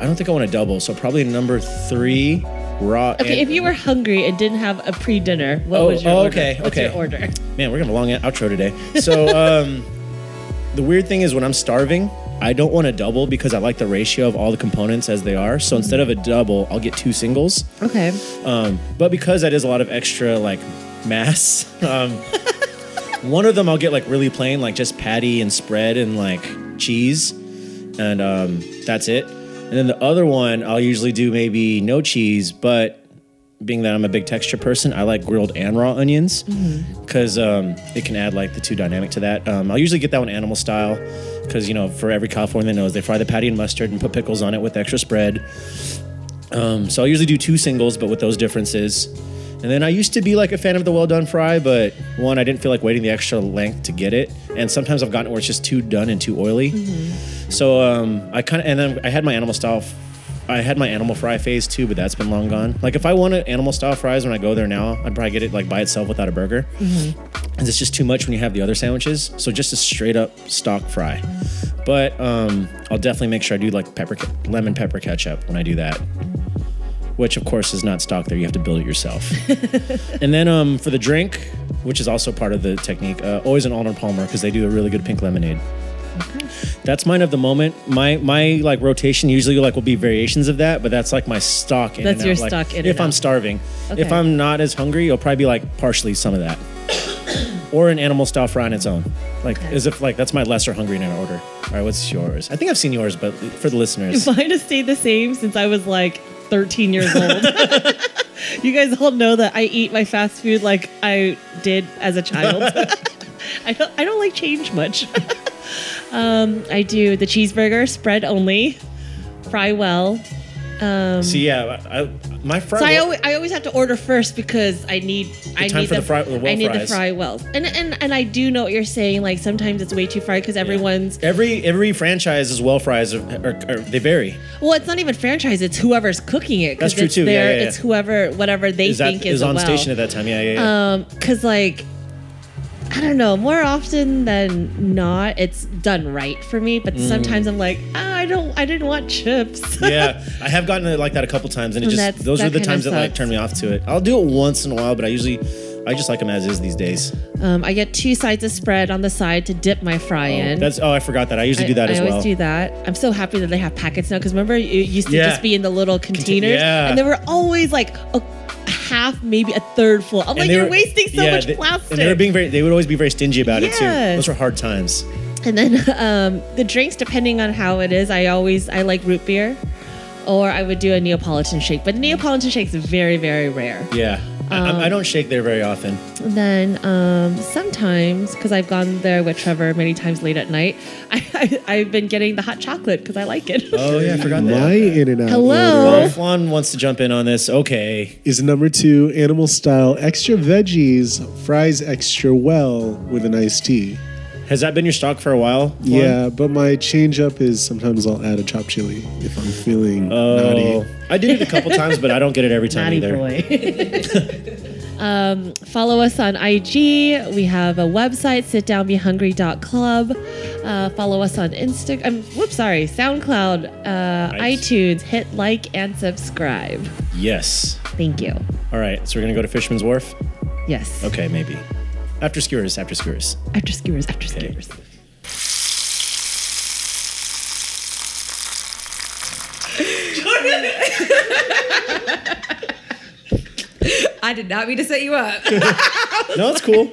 A: I don't think I want to double. So probably number three, raw. and-
B: okay. If you were hungry and didn't have a pre-dinner, what
A: Oh,
B: was your
A: oh,
B: order?
A: okay,
B: What's
A: okay.
B: your order?
A: man, we're gonna have a long outro today. So um, the weird thing is when I'm starving, I don't want to double because I like the ratio of all the components as they are. So instead of a double, I'll get two singles.
B: Okay.
A: Um, but because that is a lot of extra like mass, um, one of them I'll get like really plain, like just patty and spread and like cheese, and um, that's it. And then the other one I'll usually do maybe no cheese, but being that I'm a big texture person, I like grilled and raw onions because um, it can add like the two dynamic to that. Um, I'll usually get that one animal style because you know for every Californian that knows they fry the patty and mustard and put pickles on it with extra spread. Um, so I usually do two singles, but with those differences. And then I used to be like a fan of the well done fry, but one, I didn't feel like waiting the extra length to get it. And sometimes I've gotten where it's just too done and too oily. So um, I kind of, and then I had my animal style. f- I had my animal fry phase too, but that's been long gone. Like if I wanted animal style fries when I go there now, I'd probably get it like by itself without a burger. And it's just too much when you have the other sandwiches. So just a straight up stock fry. But um, I'll definitely make sure I do like pepper, ke- lemon pepper ketchup when I do that which of course is not stock there. You have to build it yourself. and then um, for the drink, which is also part of the technique, uh, always an Arnold Palmer because they do a really good pink lemonade. That's mine of the moment. My my like rotation usually like will be variations of that, but that's like my stock. In
B: That's
A: and
B: your
A: out. Like,
B: stock in
A: If
B: and
A: I'm
B: out.
A: starving, if
B: Okay.
A: I'm not as hungry, it'll probably be like partially some of that, or an animal style fry on its own. Like as if like that's my lesser hungry in an order. All right, what's yours? I think I've seen yours, but for the listeners,
B: Mine has stayed the same since I was like 13 years old. you guys all know that I eat my fast food like I did as a child. I don't, I don't like change much. um, I do the cheeseburger, spread only, fry well.
A: see, yeah, I, I, my fry.
B: So I
A: will-
B: always, I always have to order first because I need I
A: time
B: need
A: for the fry- the well
B: I need
A: fries.
B: the fry wells. And and and I do know what you're saying. Like sometimes it's way too fried because everyone's
A: Every every franchise is well fries are, are, are- they vary.
B: well, it's not even franchise. It's whoever's cooking it. 'cause
A: That's true
B: it's
A: too, yeah,
B: their-
A: yeah, yeah.
B: It's whoever whatever they
A: Is that
B: think
A: is,
B: is, a
A: on
B: well.
A: station at that time? Yeah, yeah, yeah.
B: Um, cause like, I don't know. More often than not, it's done right for me. But sometimes I'm like, ah, I don't, I didn't want chips.
A: Mm. yeah, I have gotten it like that a couple times, and it
B: And
A: just
B: Mm, that's-
A: those
B: that
A: are the
B: kinda
A: times that like
B: sucks.
A: turn me off to it. I'll do it once in a while, but I usually I just like them as is these days.
B: um, I get two sides of spread on the side to dip my fry in.
A: That's oh, I forgot that. I usually do that
B: I,
A: as
B: I
A: well.
B: always do that. I'm so happy that they have packets now because remember it used to
A: Yeah.
B: just be in the little containers,
A: yeah.
B: and they were always like a half, maybe a third full. I'm
A: And
B: like,
A: they
B: you're
A: were-
B: wasting so
A: yeah,
B: much
A: they-
B: plastic.
A: And they were being very. They would always be very stingy about it too.
B: Yes.
A: Those were hard times.
B: And then um, the drinks, depending on how it is, I always I like root beer, or I would do a Neapolitan shake. But Neapolitan shake's very very rare.
A: Yeah, I- I, I don't shake there very often.
B: And then um, sometimes, because I've gone there with Trevor many times late at night, I, I I've been getting the hot chocolate because I like it.
A: Oh yeah, I forgot
F: My
A: that.
F: in and out
B: Hello?
F: order
A: Well, Flan wants to jump in on this. Okay,
F: is number two, animal style, extra veggies, fries extra well with an iced tea.
A: has that been your stock for a while? Flan?
F: Yeah, but my change up is sometimes I'll add a chopped chili if I'm feeling
A: Oh,
F: naughty.
A: I did it a couple times, but I don't get it every time
B: Naughty
A: either.
B: boy. um, follow us on IG. We have a website, sitdownbehungry.club. Uh, follow us on Insta. Um, whoops, sorry, SoundCloud, uh,
A: Nice.
B: iTunes. Hit like and subscribe.
A: Yes.
B: Thank you.
A: All right, so we're gonna go to Fisherman's Wharf.
B: Yes.
A: Okay, maybe. After skewers, after skewers.
B: After skewers, after skewers.
D: I did not mean to set you up.
A: No, it's cool.